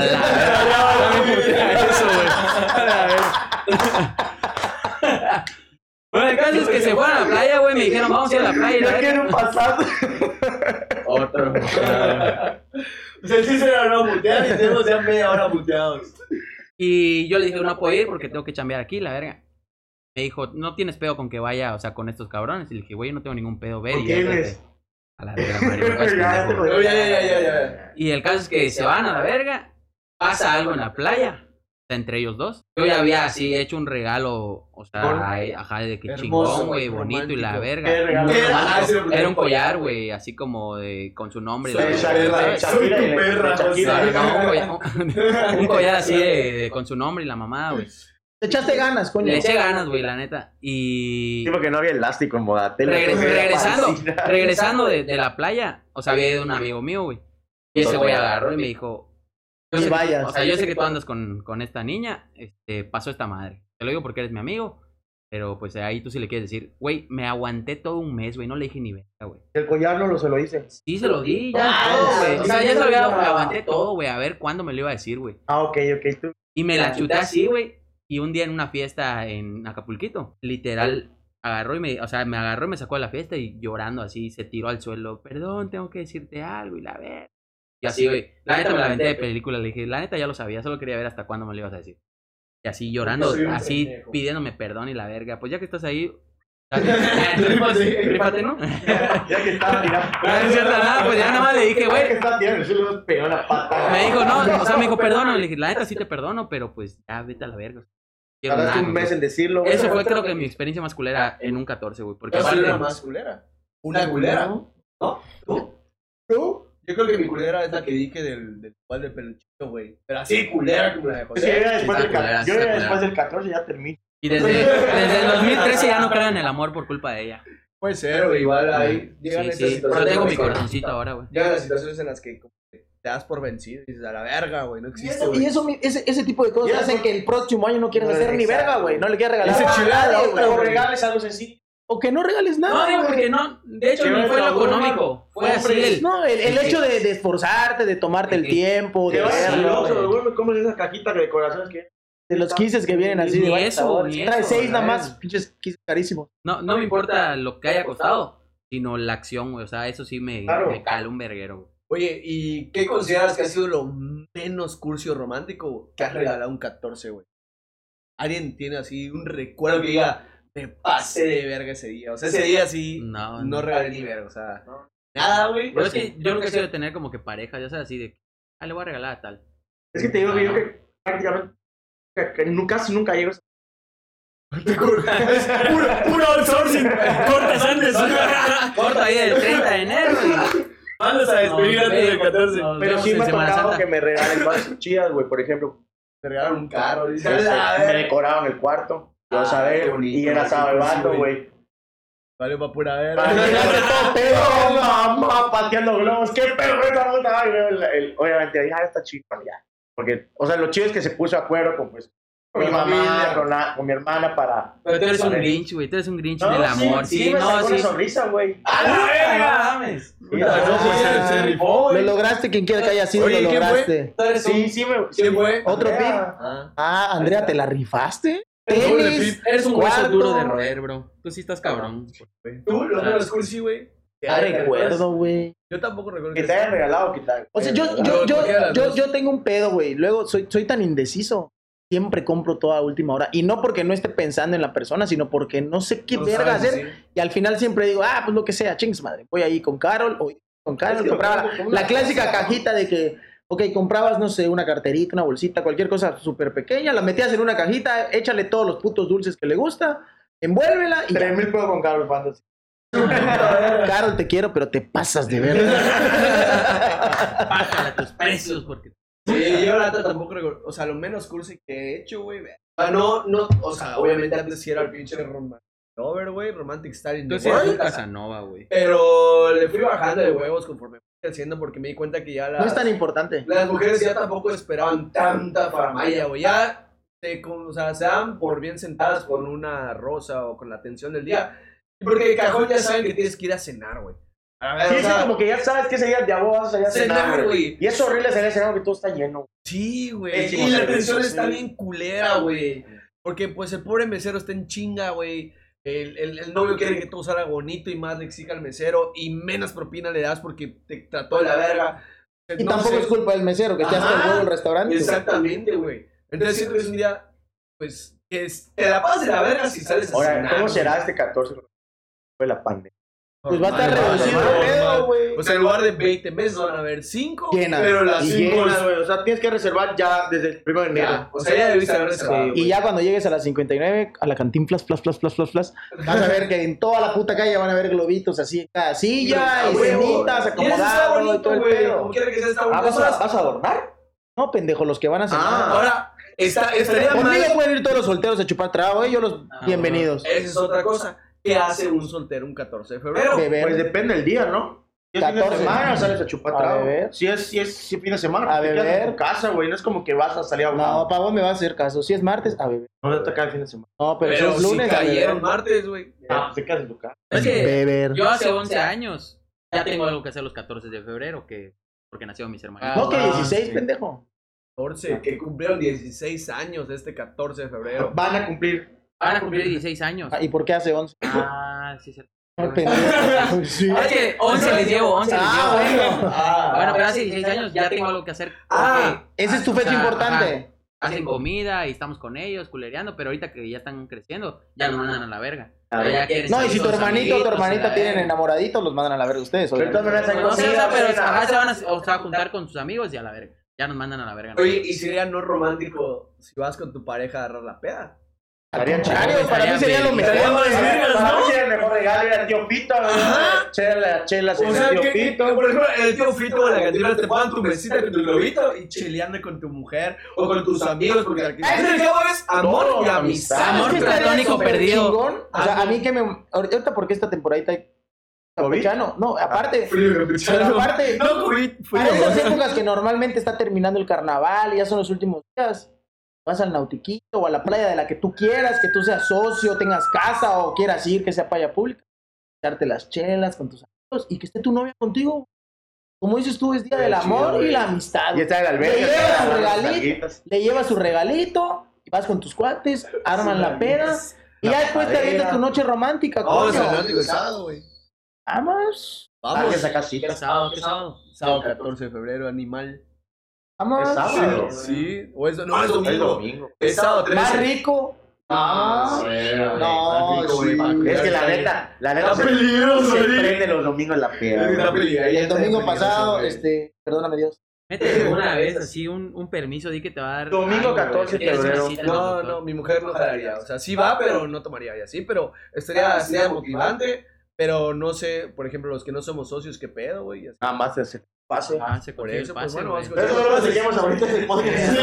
la- Eso, Bueno, el caso es que se fueron a la playa, güey. Me dijeron, vamos a ir a la playa. y la Ya verga. quieren pasar. Otro. o sea, sí se la van a mutear y tenemos ya media hora muteados. Y yo le dije, no puedo ir porque tengo que chambear aquí, la verga. me dijo, no tienes pedo con que vaya, o sea, con estos cabrones. Y le dije, güey, yo no tengo ningún pedo, ve. ¿Con y ya, quiénes? vete. A la verga, Mario. no seas Ya, pendejo. ya, ya, ya, Y el caso es que se van a la verga, pasa algo en la playa, o sea, entre ellos dos. Yo ya había así hecho un regalo, o sea, ay, ajá, de que Hermoso, chingón, güey, güey, bonito y la romántico. verga. Qué regalo Era- romántico. ah, ese Era Era un un collar, güey, así como de con su nombre. y Soy la verga, Shakira, ¿sabes? Shakira y Soy tu la- perra, pues, Sí, Shakira. José. no, un collar- un collar así de- de- con su nombre y la mamá, güey. Te echaste ganas, coño. Le eché ganas, güey, la neta. Y Sí, porque no había elástico en Modatel. Regres- regresando, Fascina. regresando de, de la playa, o sea, había ido un amigo mío, güey. Y ese güey agarró y me dijo, yo Y sé que- vayas. o sea, yo sé que tú andas con, con esta niña, este, pasó esta madre. Te lo digo porque eres mi amigo, pero pues ahí tú sí le quieres decir, güey, me aguanté todo un mes, güey, no le dije ni verga, güey. El collar no lo se lo hice. Sí, se lo di, ya, Ah, todo, güey. sí, O sea, sí, ya se lo había- no. aguanté todo, güey, a ver cuándo me lo iba a decir, güey. Ah, ok, ok. Tú. Y me la chuté así, güey. Y un día en una fiesta en Acapulquito, literal, agarró y me, o sea, me agarró y me sacó de la fiesta y llorando así, se tiró al suelo. Perdón, tengo que decirte algo y la ver. Y así, güey. La neta me la aventé de película. Le dije, la neta ya lo sabía, solo quería ver hasta cuándo me lo ibas a decir. Y así llorando, Soy un así pendejo. pidiéndome perdón y la verga. Pues ya que estás ahí. rífate, rífate, ¿no? Ya que está tirando. No es cierto, nada, pues ya nada más le dije, güey, Ya que está tirando, sí le pegó la pata. me dijo, no, o sea, me dijo, perdón. Le dije, la neta sí te perdono, pero pues ya vete a la verga. Quiero Tardaste nada, un güey. mes en decirlo, güey. Eso fue creo que Ah. mi experiencia más culera en un 14, güey. Porque ¿Cuál aparte- era más culera? Una culera. ¿Tú? Yo creo que mi culera es la que dije del del cual del peluchito, güey. Pero así culera como la de Es que yo José. era después, Sí, del, está culera, ca- yo sí, era está después del 14 ya termino. y desde, desde el 2013 ya no creo en el amor por culpa de ella. Puede ser, güey. Igual ahí llegan Sí, esas sí. Pero situaciones tengo que- mi corazoncito ahora, güey. Llegan las situaciones en las que como que te das por vencido y dices, a la verga, güey, no Y existe, eso, y güey. eso mi- ese, ese tipo de Y cosas eso- hacen que el próximo año no quieras No, hacer ni exacto. verga, güey. No le quieras regalar Ese nada a chulada, nadie, otra, güey. O regales algo sencillo. O que no regales No, nada, digo, güey. Pues porque no. De hecho, Que no vayas fue a lo la broma, económico. Fue hombre, así el. No, el, el Sí, sí. hecho de, de esforzarte, de tomarte el Sí, sí. tiempo, de Te vas al verlo, Oxxo, güey. güey, me comes esa cajita de corazones que... de los 15 que vienen así. Ni de varios eso, sabores. ni Trae eso, seis nada ¿verdad? más, pinches 15 carísimos. No, no me importa lo que haya costado, sino la acción, güey. O sea, eso sí me, Claro. me cala un verguero, güey. Oye, ¿y qué consideras que ha sido lo menos cursi o romántico que has regalado un 14, güey? ¿Alguien tiene así un recuerdo que diga, me pasé de verga ese día? O sea, ese día sí, No, no no. regalé ni verga, o sea, nada, güey. Pero es que yo nunca he sido de tener como que pareja, ya sabes, así de. Ah, le voy a regalar a tal. Es que te digo que yo que prácticamente que- que nu- casi nunca llego. a esa- Puro, puro outsourcing. Cortas antes. Corto ahí del 30 de enero. y- Mandas a despedir No, antes del no, 14. Pero nos vemos sí en me ha Semana tocado Santa. que me regalen cosas chidas, güey. Por ejemplo, Te regalaron un carro, dices, este, "A la me verga". decoraban el cuarto. Yo Ah, sabía, qué bonito, y era qué sábado de cursi, vato, güey. güey. Vale, pa' pura Pateando verga. todo pedo, mamá, pateando globos. ¡Qué perro esta puta! Ay, veo el- el- Obviamente, ahí, ah, está chido, bueno, ya. Porque, o sea, lo chido es que se puso de acuerdo con, pues, con mi Con la mamá, familia. con, la- con mi hermana para... Pero tú eres un Vale. grinch, güey. Tú eres un grinch No, del amor. Sí, me no, sacó sí. una sonrisa, güey. ¡A la verga! Sí, Ah, no, pues, sí, se- se rifó, Lo güey. lograste, quien quiera que haya sido, Oye, lo ¿quién fue? lograste. Tú eres Sí, un- sí me... ¿Quién fue? Otro Andrea. Ah. Ah, Andrea, ¿te la rifaste? Tenis. Eres un hueso Cuarto. duro de roer, bro. Tú sí estás cabrón. ¿Tú? ¿Lo menos cursi, güey? Ah, recuerdo, güey. Yo tampoco recuerdo. Que que te hayan regalado, que te O sea, yo, Yo- yo, Eh, yo, cualquiera de las yo, dos. yo tengo un pedo, güey. Luego soy, soy tan indeciso. Siempre compro toda a última hora. Y no porque no esté pensando en la persona, sino porque no sé qué No verga sabes, hacer. sí. Y al final siempre digo, ah, pues lo que sea, chingues madre. Voy ahí con Carol, o con Carol, Es que compraba como- como la una clásica bolsa. cajita de que, ok, comprabas, no sé, una carterita, una bolsita, cualquier cosa súper pequeña, la metías en una cajita, échale todos los putos dulces que le gusta, envuélvela y ya. Tres mil pesos con Carlos Fantasy. Carol, te quiero, pero te pasas de verga. Págale tus precios porque. Sí, yo la neta tampoco recuerdo. O sea, lo menos cursi que he hecho, güey. ve- O sea, no, no. O sea, obviamente antes sí era el pinche romantic lover, güey. Romantic star in the Tú sí eres un world. Casanova, güey. Pero le fui bajando de huevos conforme fui creciendo porque me di cuenta que ya las, No es tan importante. las mujeres ya tampoco esperaban tanta faramaya, güey. Ya se, con- o sea, se dan por bien sentadas con una rosa o con la atención del día. Y porque de cajón ya saben que tienes que ir a cenar, güey. A ver, Sí, o sí, sea, como que ya sabes que ese día de abogados vas a salir a Cenar, cenar, güey. güey. Y es horrible salir a cenar porque todo está lleno. Sí, güey. Pésimo Y la servicio, atención sí. está bien culera, güey. Porque pues el pobre mesero está en chinga, güey. El, el- el novio quiere que todo salga bonito y más le exige al mesero y menos propina le das porque te trató de la verga. Y No tampoco sé. es culpa del mesero, que te Ajá. hasta el huevo el restaurante. güey. Exactamente, güey. Entonces siento que es un día, pues, que es- te la pasas de la verga si sales a Ahora, cenar, ¿cómo güey. será este 14 de la pandemia? Pues va a estar Normal, reducido el normal, pedo, normal. güey. O sea, en lugar de 20 meses van a haber 5, Llenas. pero las Y 5 llenas, güey. O sea, tienes que reservar ya desde el 1 de enero. O sea, ya debiste haber reservado. Y ya cuando llegues a las 59, a la cantinflas, flas, flas, flas, flas, flas, vas a ver que en toda la puta calle van a haber globitos así en cada silla y cenitas Y eso está acomodadas y bonito, todo el güey. pedo. Como quiera que sea, está Ah, bonito. ¿vas, a, Ahora, ¿Vas a adornar? No, pendejo, los que van Ah. a cenar. ahora, está, estaría mal. Conmigo pueden ir todos los solteros a chupar trago, eh. Yo los Ah, bienvenidos. Esa es otra cosa. ¿Qué hace un soltero un 14 de febrero? Beber. Pues depende del día, ¿no? Si es fin 14. de semana, sales a chupar A trago. beber. Si es, si es si es fin de semana, A pues te quedas beber. en tu casa, güey. No es como que vas a salir a un No, pa' vos me va a hacer caso. Si es martes, a beber. No te toca el fin de semana. No, pero, si es si lunes, a cayeron beber. martes, güey. Ah, te quedas en tu casa. Es que Beber. yo hace 11 años ya tengo algo que hacer los 14 de febrero, que porque nacieron mis hermanos. No, que Ah, 16, sí. pendejo. 14, que cumplieron 16 años este 14 de febrero. Van a cumplir. Van a cumplir 16 años. Ah, ¿Y por qué hace 11? Ah, sí, es cierto. No, Ah. pendejo. Sí. Es que 11 les llevo, 11 les llevo. Ah, bueno. Bueno, pero hace 16 años ya tengo algo que hacer. Ah, porque Esa es tu fecha Ajá, importante. hacen comida y estamos con ellos culereando, pero ahorita que ya están creciendo, ya nos mandan a la verga. Ya quieren No, y salir si tu con los hermanito o tu amiguitos, eh. hermanita la tienen verga. enamoraditos, los mandan a la verga ustedes. Pero de todas obviamente. maneras hay No, sé, o comida, sea, pero cena. ajá, se van a, o sea, a juntar con sus amigos y a la verga. Ya nos mandan a la verga. ¿no? Oye, ¿y sería no romántico si vas con tu pareja a agarrar la peda? Estaría Contrario, chido. para mí sería lo mejor. Estaría más vergas, Para Pues, ¿no? mí sería el mejor regalo era el tío Pito, güey. Chela, chelas en O sea, el que, tío que, Pito. por ejemplo, en el tío Fito o en la cantina te pagan tu mesita con tu globito y cheleando con tu mujer o con tus amigos, porque al final es amor y amistad. Amor Estaría platónico súper perdido. chingón. O sea, a mí que me. Ahorita, porque esta temporadita hay. ¿Covid? Capuchano. No, aparte. Pero aparte- No, COVID, frío. Para esas épocas que normalmente está terminando el carnaval y ya son los últimos días, vas al nautiquito o a la playa de la que tú quieras, que tú seas socio, tengas casa o quieras ir, que sea playa pública, darte las chelas con tus amigos y que esté tu novia contigo. Como dices tú, es día Qué del chido, amor y güey. la amistad. Y está en la alberca. Le llevas está un las regalito. nalguitas. Le llevas su regalito, y vas con tus cuates, arman la pera y La ya después te madera. avientas tu noche romántica, Vamos coño. a cenar el sábado, güey. Vamos, Ah, Vamos. que sacas ¿Qué citas. sábado? ¿Qué sábado? Sábado 14 de febrero, animal. vamos. Es sábado. Sí, o es, no, Ah, es El domingo. domingo. Es sábado Más 13. rico. Ah, Más no, rico, güey, sí. más rico. Es que la neta, la neta Está se, peligroso, se güey. prende los domingos la peda. Está güey. peligroso. Y Ya el está domingo peligroso, pasado, güey. este, perdóname Dios. Métete una vez así un, un permiso, di que te va a dar. Domingo algo, güey, 14 de que es una febrero. cita con el No, doctor. no, mi mujer no jalaría. O sea, sí va, Ah, pero no tomaría y así. Pero estaría, sería motivante. Pero no sé, por ejemplo, los que no somos socios, ¿qué pedo, güey? Y así. Nada más es el pase. Ah, se Por consigue eso, el pues, pase, bueno, güey. vamos con- Eso no lo enseñamos ahorita en el podcast.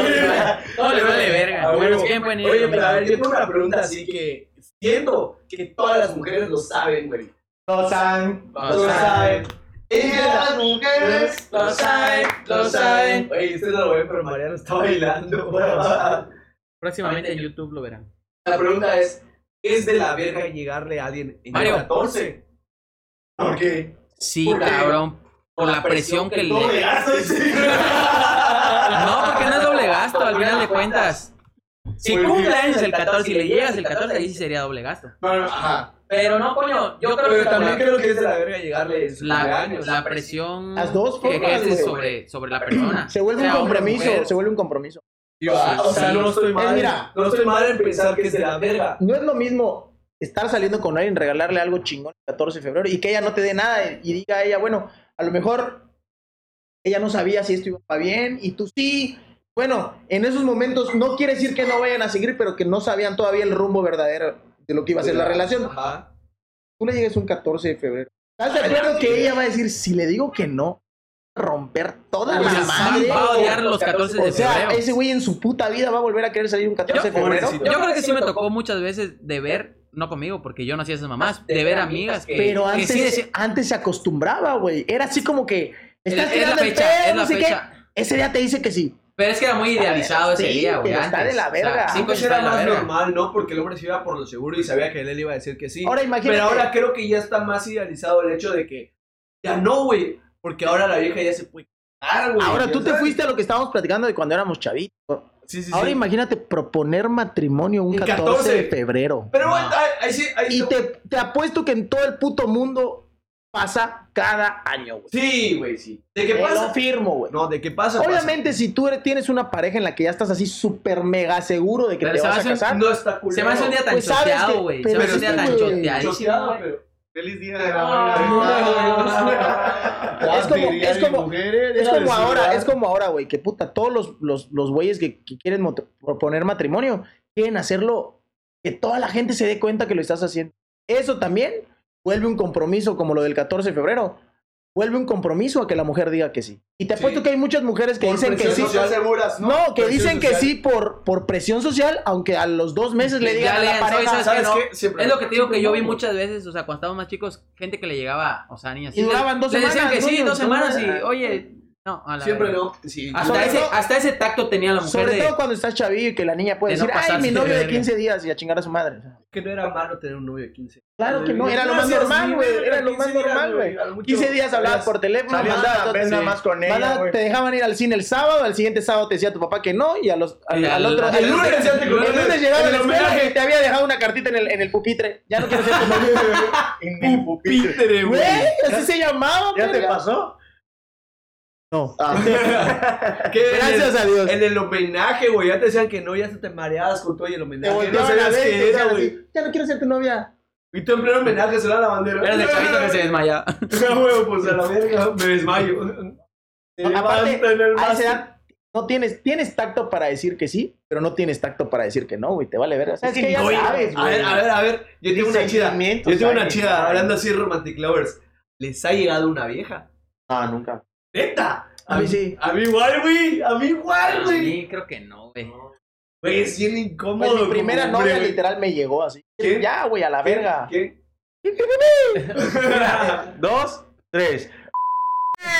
No, le vale verga. A Bueno, huevo. ¿quién pueden ir? Oye, pero a ver, yo tengo una pregunta así que siento que todas las mujeres lo saben, güey. Lo saben, Lo lo saben. saben. Ellas las mujeres Lo saben, lo saben. Oye, ustedes no lo ven, pero Mariano está bailando. güey. La Próximamente en YouTube lo verán. pregunta es, ¿es de la verga llegarle a alguien en Mario. el 14? ¿Por qué? Sí, ¿Por qué? cabrón. Por la presión que le. No me gasto ese. No, porque no es doble gasto, al final de cuentas. Si Pues, cumple mira, años el 14 y le llegas el 14, ahí sí sería doble gasto. No, no, ajá. Pero no, coño, yo creo Pero que también por creo que es de la verga llegarle en su la, cumpleaños. la presión Las dos que formas, ejerce güey. sobre, sobre la persona. Se vuelve Sea un hombre o compromiso, mujer. se vuelve un compromiso. Y va, Ah, o sea, Sí. no estoy mal. mira. no estoy mal en pensar que es de la verga. No es lo mismo estar saliendo con alguien, regalarle algo chingón el 14 de febrero y que ella no te dé nada y diga a ella, bueno, a lo mejor ella no sabía si esto iba para bien y tú sí. Bueno, en esos momentos no quiere decir que no vayan a seguir, pero que no sabían todavía el rumbo verdadero de lo que iba a ser la relación. Ajá. Tú le llegas un 14 de febrero. ¿Estás de acuerdo que ella va a decir, si le digo que no, romper toda Pues la sí, madre? va a odiar los 14 de O sea, febrero. ese güey en su puta vida va a volver a querer salir un 14 de Yo- febrero. Pobrecito. Yo creo que sí me tocó muchas veces de ver, no conmigo, porque yo no hacía esas mamás, de ver amigas que. Pero que antes, Eh, sí decían- antes se acostumbraba, güey. Era así como que. Es Estás es la tirando el fecha, pedo, es no la sé qué. fecha. Ese día te dice que sí. Pero es que era muy idealizado ese sí, día, güey. pero está antes. de la O sea, verga. sí, Antes pues, era está de la más verga. normal, ¿no? Porque el hombre se iba por lo seguro y sabía que él le iba a decir que sí. Ahora imagínate. Pero ahora creo que ya está más idealizado el hecho de que ya no, güey. Porque ahora la vieja ya se puede quitar, güey. Ahora ya tú te sabes. fuiste a lo que estábamos platicando de cuando éramos chavitos. Sí, sí, Ahora sí. imagínate proponer matrimonio un El 14, 14. de febrero. Pero, güey, ahí, ahí sí. Ahí Y te, te apuesto que en todo el puto mundo pasa cada año, güey. Sí, güey, sí. ¿De qué Te pasa? Lo firmo, güey. No, ¿de qué pasa? Obviamente, si tú eres- tienes una pareja en la que ya estás así súper mega seguro de que Pero te se vas a hace un- casar, No está culero. Se me hace un día tan Pues sabes que- choteado, güey. Se pero me hace un día sí, tan güey. Choteado, choteadísimo. pero- Feliz día de Ah, Ah, es como- dirían es como- mis mujeres, es era de como ahora, ciudad. es como ahora, güey, que puta, todos los, los, los güeyes que, que quieren mot- proponer matrimonio quieren hacerlo que toda la gente se dé cuenta que lo estás haciendo. Eso también vuelve un compromiso, como lo del 14 de febrero. Vuelve un compromiso a que la mujer diga que sí. Y te apuesto que hay muchas mujeres que Por dicen que presión sí. social. seguras, No, que Presión dicen que social. sí por, por presión social, aunque a los dos meses le Ya digan a le la han- pareja. ¿sabes ¿Sabes que no? qué? Siempre Es lo que te digo que yo vi muchas veces, o sea, cuando estábamos más chicos, gente que le llegaba, o sea, niñas. Y duraban dos le decían semanas, que sí, coño, dos no, semanas y, no, oye, no, a la Siempre verga. no. Sí. Hasta Sobre ese, todo- hasta ese tacto tenía la mujer Sobre de... todo cuando estás chavillo y que la niña puede de no decir, ay, mi pasarse de novio de verga". 15 días y a chingar a su madre. que no era malo tener un novio de 15. Claro que no, era lo más Gracias, normal, mi güey. verga, Era lo más 15 días, normal, güey. a lo mucho 15 días hablabas hablas. por teléfono, Salías mandabas una vez nada más con ella, mandabas- güey. te dejaban ir al cine el sábado, al siguiente sábado te decía tu papá que no, y a los, al, Y al al- otro al el lunes, lunes ya te el conoces. lunes llegaba a la El escuela homenaje. y te había dejado una cartita en el, en el pupitre. Ya no quiero ser tu novio. En el pupitre. Güey, así se llamaba, ¿Ya te verga. pasó? No. Ah. ¿Qué? Gracias a Dios. En el homenaje, güey. Ya te decían que no, ya hasta te mareabas con todo y el Te homenaje. No volteaban a sabías ver y te qué era, decían güey. así, ya no quiero ser tu novia. Y tú en pleno homenaje se da la bandera. Era el chavito que se desmayaba. Ah, güey, pues a la verga, me desmayo. Te Aparte, levanta en el A esa mástil. edad no tienes, tienes tacto para decir que sí, pero no tienes tacto para decir que no, güey. Te vale verga. Sabes que que ya ni- sabes, A ver, güey. a ver, a ver. Yo tengo una chida. Sentimientos, Yo tengo una ay, chida. ay. Hablando así de Romantic Lovers. ¿Les ha llegado una vieja? Ah, nunca. ¡Neta! A mí sí. A mí igual, güey. A mí igual, güey. Sí, creo que no, güey. Güey, es bien Pues incómodo. mi primera como hombre, novia güey. literal me llegó así. ¿Qué? Ya, güey, a la verga. ¿Qué? Dos, tres.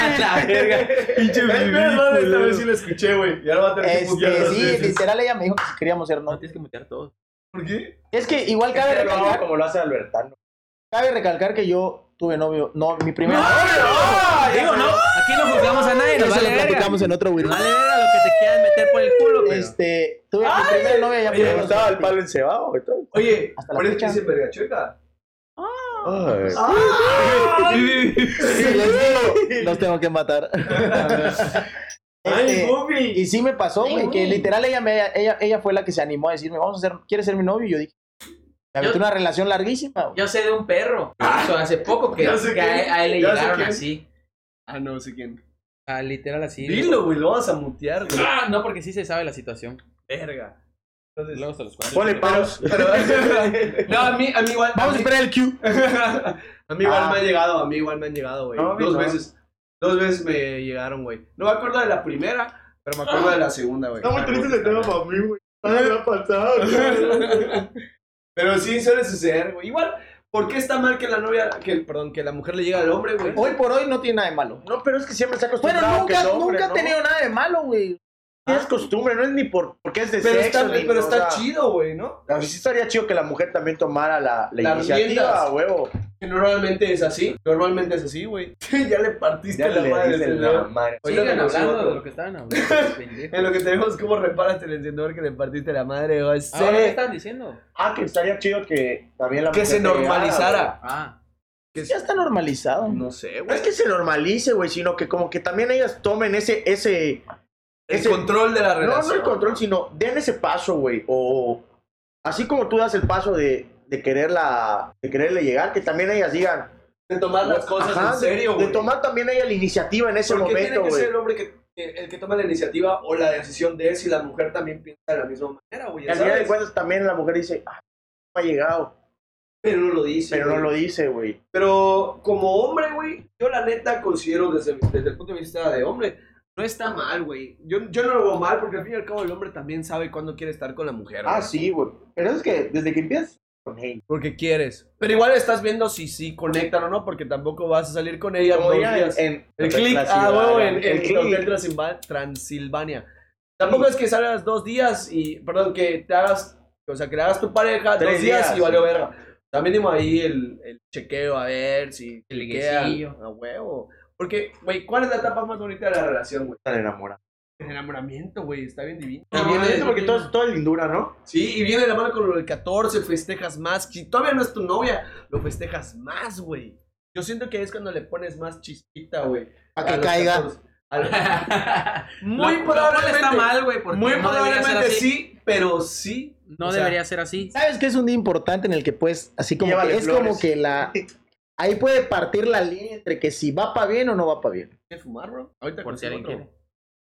A la verga. Pinche Perdón, esta vez sí la escuché, güey. Y ahora va a tener que mutear Este, dos sí, veces. literal ella me dijo que si queríamos ser No novios. tienes que mutear todo. ¿Por qué? Es que igual cabe Pero no, recalcar, como lo hace Albertano. cabe recalcar que yo tuve novio, no, mi primera ¡No! Digo, no, aquí no juzgamos a nadie, nos Eso vale lo verga. platicamos en otro Nos video. vale verga lo que te quieran meter por el culo, pero... Este, tuve mi primera novia ya Oye, fue- Le gustaba el palo encebado, güey. todo. Oye, Hasta la por eso fecha. que dice vergachueca. Ay. Sí, les digo, los tengo que matar. ¡Ay, Este, Goofy! y sí me pasó, güey, que literal ella, me, ella, ella fue la que se animó a decirme, vamos a ser, ¿quieres ser mi novio? Y yo dije, me aventé Yo- una relación larguísima, güey. Yo sé de un perro. Eso hace poco que, Ah. Ya sé que a, quién, a él le ya sé llegaron quién. así. Ah, no sé quién. Ah, literal así. Dilo, güey, lo vas a mutear, güey. Ah, no, porque sí se sabe la situación. Verga. Entonces, Luego se los cuento. Ponle paus. pero- no, a mí, a mí igual. Vamos a a mí, esperar el cue. a mí igual Ah. me han llegado, a mí igual me han llegado, güey. No, a mí Dos no. veces. Dos veces me llegaron, güey. No me acuerdo de la primera, pero me acuerdo de la segunda, güey. Está muy triste ese tema para mí, güey. Nada me ha pasado. Pero sí suele suceder, güey. Igual, ¿por qué está mal que la novia, que perdón, que la mujer le llega al hombre, güey? Hoy por hoy no tiene nada de malo. No, pero es que siempre se ha Bueno, acostumbrado. nunca, que el hombre, nunca ¿no? ha tenido nada de malo, güey. Ah, Es costumbre, no es ni por, porque es de Pero sexo. está, ni- pero o sea, está chido, güey, ¿no? a mí sí estaría chido que la mujer también tomara la, la Las iniciativa, riendas. a huevo. Que normalmente es así. Normalmente es así, güey. ya le partiste Ya la le madre este dicen señor. la madre. Ahorita Sigan te consigo hablando otro. de lo que estaban hablando. pendejo. En lo que tenemos, ¿cómo reparas el encendedor que le partiste la madre, José? Ahora, ¿qué estaban diciendo? Ah, que estaría chido que también la que mujer se te llegara, normalizara. Ah, Que Ya está normalizado. No sé, güey. No güey. es que se normalice, güey, sino que como que también ellas tomen ese, ese, El ese- control de la No, relación. no el control, sino den ese paso, güey. O así como tú das el paso de, de quererla, de quererle llegar, que también ellas digan. De tomar las cosas ajá, en de- serio, de, güey. tomar también ella la iniciativa en ese Porque momento, tiene que güey. ser el hombre que, el, el que toma la iniciativa o la decisión de él si la mujer también piensa de la misma manera, güey. Y ya al final de sabes. cuentas también la mujer dice, ah, no ha llegado, Pero no lo dice. pero no güey. lo dice, güey. Pero como hombre, güey, yo la neta considero desde, desde el punto de vista de hombre, no está mal, güey. Yo, yo no lo veo mal porque al fin y al cabo el hombre también sabe cuándo quiere estar con la mujer. Ah, güey. sí, güey. Pero es que desde que empiezas con ella. Porque quieres. Pero igual estás viendo si sí conectan o no, porque tampoco vas a salir con ella. Como dos diría días. en- el en click, la ah, ciudad, huevo, el en, el click. Hotel Transilva- Transilvania. Tampoco es que salgas dos días y, perdón, que te hagas, o sea, que le hagas tu pareja Tres dos días, días. y valió verga. También mínimo ahí el, el chequeo a ver si El cliquea. liguecillo. a huevo. Porque, güey, ¿cuál es la etapa más bonita de la relación, güey? Están enamorados. El enamoramiento, güey, está bien divino. Y viene eso porque todo, es- todo es lindura, ¿no? Sí, y viene de la mano con lo del 14, festejas más. Si todavía no es tu novia, lo festejas más, güey. Yo siento que es cuando le pones más chispita, güey. Para que los caiga. 14. A los- Muy Muy probablemente. probablemente. está mal, güey. porque Muy no debería ser probablemente así. sí, pero sí. No o sea, debería ser así. ¿Sabes que es un día importante en el que pues, así como Llévale que es flores. como que la... Ahí puede partir la línea entre que si va para bien o no va para bien. ¿Quieres fumar, bro? Ahorita Por si consigo alguien otro.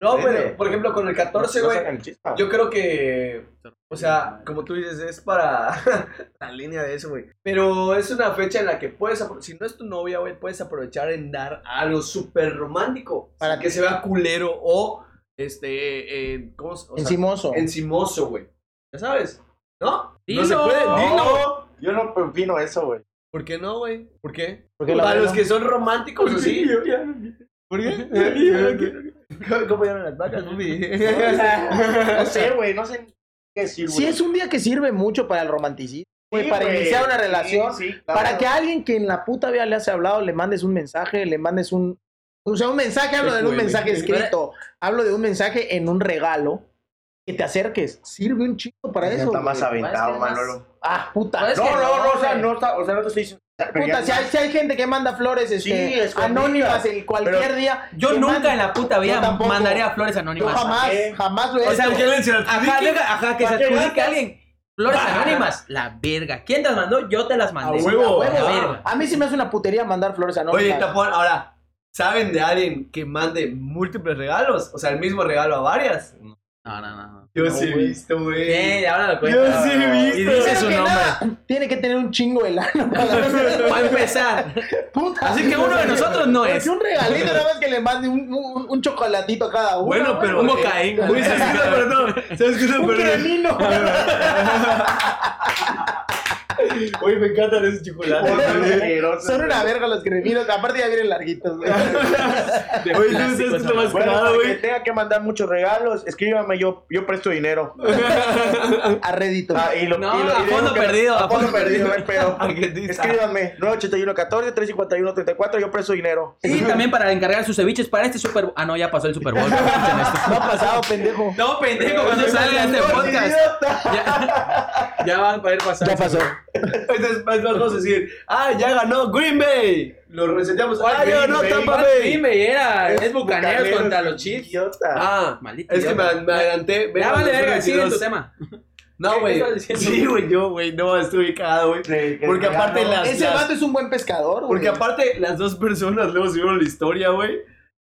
No, Vete. pero, por ejemplo, con el 14, No güey, sacan el chispa. yo creo que O sea, como tú dices, es para la línea de eso, güey. Pero es una fecha en la que puedes, apro- si no es tu novia, güey, puedes aprovechar en dar algo súper romántico. Para Para que se vea culero o, este, eh, ¿cómo se- o sea, Encimoso. encimoso, güey. Ya sabes, ¿no? Dilo. No se puede, dilo. No, yo no opino eso, güey. ¿Por qué no, güey? ¿Por qué? Porque la para verdad- los que son Pues románticos así. ¿Por qué? ¿Cómo llaman las vacas, mami? No sé, güey, no sé qué decir, güey. Sí, es un día que sirve mucho para el romanticismo, güey, Sí, para güey. iniciar una Sí, relación. sí, claro. Para que a alguien que en la puta vida le has hablado, le mandes un mensaje, le mandes un... O sea, un mensaje, hablo de un duele. mensaje escrito, hablo de un mensaje en un regalo, que te acerques. Sirve un chico para eso. Está güey. más aventado, Parece más- Manolo. Ah, puta. Parece- no, Es que no, no, no, o sea, güey. no está, o sea, no te estoy diciendo. pero Puta, ya- si hay, si hay gente que manda flores este, Sí, escondidas. anónimas el cualquier Pero día. Yo que nunca manda- en la puta vida Yo tampoco. mandaría flores Yo anónimas. jamás, ¿Qué? jamás lo he O sea, hecho. que Ajá, deja- ajá, que se ¿Para qué adjudique a gastas? alguien. Flores anónimas. La verga. ¿Quién te las mandó? Yo te las mandé. A huevo. Huevos, A Ah. ver. a mí sí me hace una putería mandar flores anónimas. Oye, tapón, ahora, ¿saben de alguien que mande múltiples regalos? O sea, el mismo regalo a varias. No, no, no. Yo No, güey. visto, Eh, ahora lo cuento. Yo sí he visto. Y dice su Primero que nombre. nada, tiene que tener un chingo de lana para- Va a empezar. Puta. Así que uno de nosotros no Porque pues. es. un regalito nada más que le mande un, un- un chocolatito a cada uno. Bueno, pero. Un mocaín, eh, güey. Uy, ¿sabes qué? No, pero no. ¿Sabes qué? No, Un pero no. cremino. Uy, me encantan esos chocolates. Por asqueroso, Son güey. una verga los creminos. Aparte ya vienen larguitos. güey. Oye, ¿tú sabes qué es lo más Bueno, para cagado, que Pues güey? tenga que mandar muchos regalos, escríbame, yo, yo presto dinero. A rédito. Ah, y lo, No, y lo- a y digo fondo que- perdido, a A fondo fondo perdido, no hay pedo. A que te- Escríbame, 981-14-351-34, yo presto dinero. Y también para encargar sus ceviches para este Super Ah, no, ya pasó el Super Bowl. No ha pasado, pendejo. no, pendejo, cuando salga este podcast. Ya, ya van a ir pasando. Ya pasó. Entonces, más vamos a decir, ah, ya ganó Green Bay. Lo reseteamos. Ah, Green ya ganó Bay. Tampa Tampa Bay. era. Es Bucaneros contra los Chiefs. Idiota. Ah, Maldito es que me, idiota. me adelanté. Ve, Ya vale, los verga, sigue en 22. tu tema. No, ¿Qué güey. estás diciendo? Sí, güey, yo, güey. No, estuve cagado, güey. Sí, que Porque me aparte ganó. las, Ese las- vato es un buen pescador. güey. Porque aparte las dos personas luego subieron la historia, güey.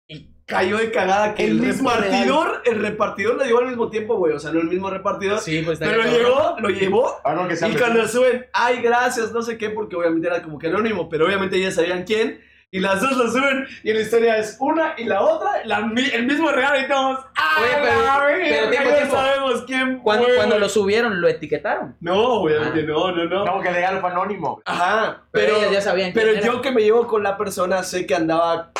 Y cayó de cagada que El el, mismo repartidor, el repartidor lo llevó al mismo tiempo, güey. O sea, no el mismo repartidor. Sí, pues está pero bien. llegó, lo llevó. Ah, no, que sea Y mejor. cuando suben, ay, gracias, no sé qué, porque obviamente era como que anónimo, pero obviamente ya sabían quién. Y las dos lo suben, y la historia es una y la otra, la mi- el mismo regalo, y todos, ¡ay, Oye, pero- la verga, pero tiempo, ya tiempo. sabemos quién Cuando, fue, cuando güey". lo subieron, lo etiquetaron. No, güey, Ah. no, no, no. No, que el regalo fue anónimo. Ajá, Pero, pero, ellas ya sabían. quién pero era. yo que me llevo con la persona, sé que andaba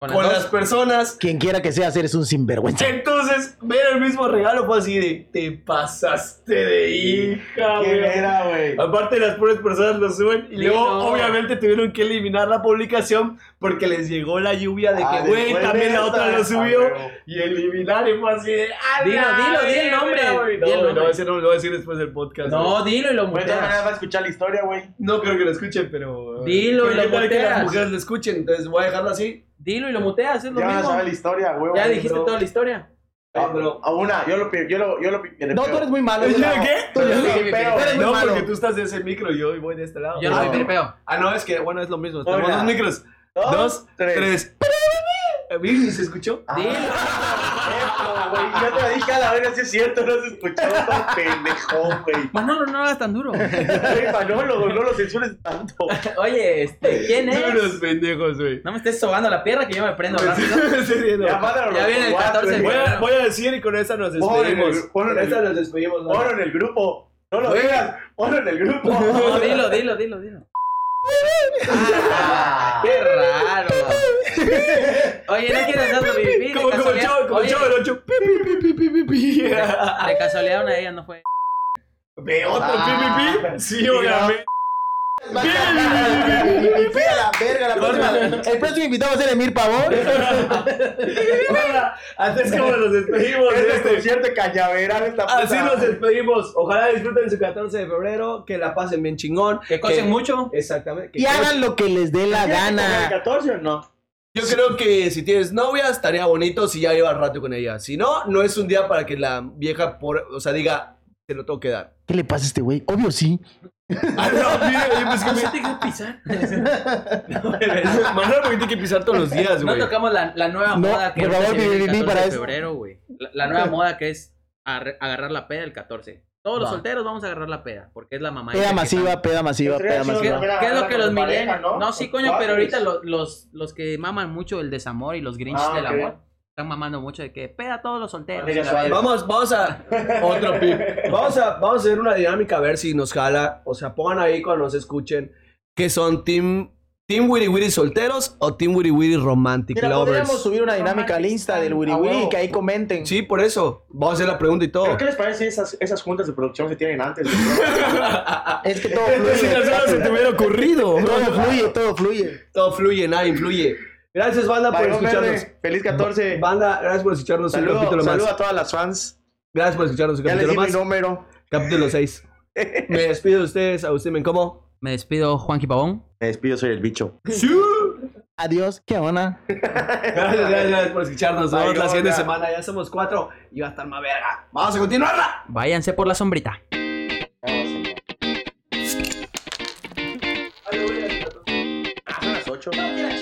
Con con las las dos. personas. Quien quiera que seas, eres un sinvergüenza. Entonces, ver el mismo regalo fue así de, te pasaste de Ah, hija, ¿Quién güey. era, güey? Aparte, las pobres personas lo suben y Sí, luego, no. obviamente, tuvieron que eliminar la publicación porque les llegó la lluvia de Ah, que, güey, después de también la esa. otra lo subió. Ah, güey. Y eliminar y fue así de, "A Dilo, la dilo, di el verga, nombre, güey". No, di el güey, nombre. no, ese no, lo voy a decir después del podcast. No, güey. dilo y lo Güey, de todas maneras muteas. va a escuchar la historia, güey. no creo que lo escuchen, pero. Dilo y pero lo qué tal que las muteas. mujeres lo escuchen, entonces voy a dejarlo así. Dilo y lo muteas, es lo Ya van a mismo. saber la historia, güey. Ya güey, dijiste bro. toda la historia. Ah, pero a una, yo lo pi- yo lo yo lo pi- No, tú eres muy malo. ¿Yo güey. qué? Tú eres Yo muy soy feo, feo. eres muy No, malo. porque tú estás de ese micro y yo voy de este lado. Yo no ah, soy no. tripeo. ah, no, es que, bueno, es lo mismo. Tenemos Hola. dos micros. Dos, tres. Eh, ¿Viste? ¿Se escuchó? Dilo. Ah, güey, yo te lo dije a la verga, sí es cierto, no se escuchó tan pendejo, güey. Manolo, Pues no lo hagas tan duro. Güey, Manolo, güey, no lo censures tanto. Oye, este, ¿quién Unos es? pendejos, güey. No me estés sobando la pierna que yo me prendo rápido. Sí, sí, no. Ya, mándalo, Ya viene el güey, 14. Voy güey. a, voy a decir y con esa nos Ponlo en el- despedimos. ponlo en el- nos despedimos. ¿no? Ponlo en el grupo. No lo digas, ponlo en el grupo. No, dilo, dilo, dilo, dilo. Ah, qué raro. Oye, no quieres hacerlo vivir. Como, como chavo, como chavo, el ocho. Pi, pi, pi, pi, pi, pi, pi. Ah. De casualidad una de ellas no fue. Ve otro pi, pi, pi. Sí, Ah. obviamente. Fui a la verga la próxima. El próximo invitado va a ser Emir Pavón. Así es como nos despedimos. de Este este- concierto de cañaveral esta Así puta. nos despedimos. Ojalá disfruten su 14 de febrero. Que la pasen bien chingón. Que cosen Que- mucho. Exactamente. que Y hagan lo que les dé la ¿Tienes que comer el gana. 14 o no? Yo creo que si tienes novia, estaría bonito si ya llevas rato con ella. Si no, no es un día para que la vieja, por, o sea, diga, te lo tengo que dar. ¿Qué le pasa a este güey? Obvio sí. Ah, no, mire, yo pensé que me- No te quiero pisar. Manuel, porque tiene que pisar todos los días, No güey. tocamos la, la nueva No, moda que por ahorita favor, se viene el Vivi, 14 para de eso. febrero, güey. La, la nueva moda que es ar- agarrar la peda el 14. Todos los Va. solteros vamos a agarrar la peda, porque es la mamá. Peda esa que masiva, peda masiva, Podría peda ser masiva. una ¿Qué, primera qué es lo jalada que con los pareja, millennials? No, sí, coño, pero Cuates. ahorita lo- los, los que maman mucho el desamor y los grinches Ah, del ok. amor están mamando mucho de que peda a todos los solteros. Valeria Y la Suárez. verga. Vamos, vamos a otro pip. Vamos a, vamos a hacer una dinámica A ver si nos jala. O sea, pongan ahí cuando nos escuchen que son Team, team Wiri Wiri solteros o Team Wiri Wiri romantic Mira, lovers. podríamos subir una dinámica al Insta del Wiri A Wiri y Ah, huevo. que ahí comenten. Sí, por eso. Vamos a hacer la pregunta y todo. ¿Pero qué les parece esas, esas juntas de producción que tienen antes? Es que todo fluye. hubiera ocurrido. Todo fluye, todo fluye. Todo fluye, nada influye. Gracias, banda, por Valió verde. escucharnos. pues, Feliz 14. Banda, gracias por escucharnos un Saludos capítulo saludo más. a todas las fans. Gracias por escucharnos un Ya les capítulo di mi más. número. Capítulo 6. Me despido de ustedes. A usted me como. Me despido, Juanqui Pavón. Me despido, soy el bicho. Adiós, qué onda. Gracias, gracias, gracias por escucharnos. Nos vemos la Ay, siguiente onda. semana. Ya somos cuatro y va a estar más verga. Vamos a continuarla. Váyanse por la sombrita. A las 8. Mira,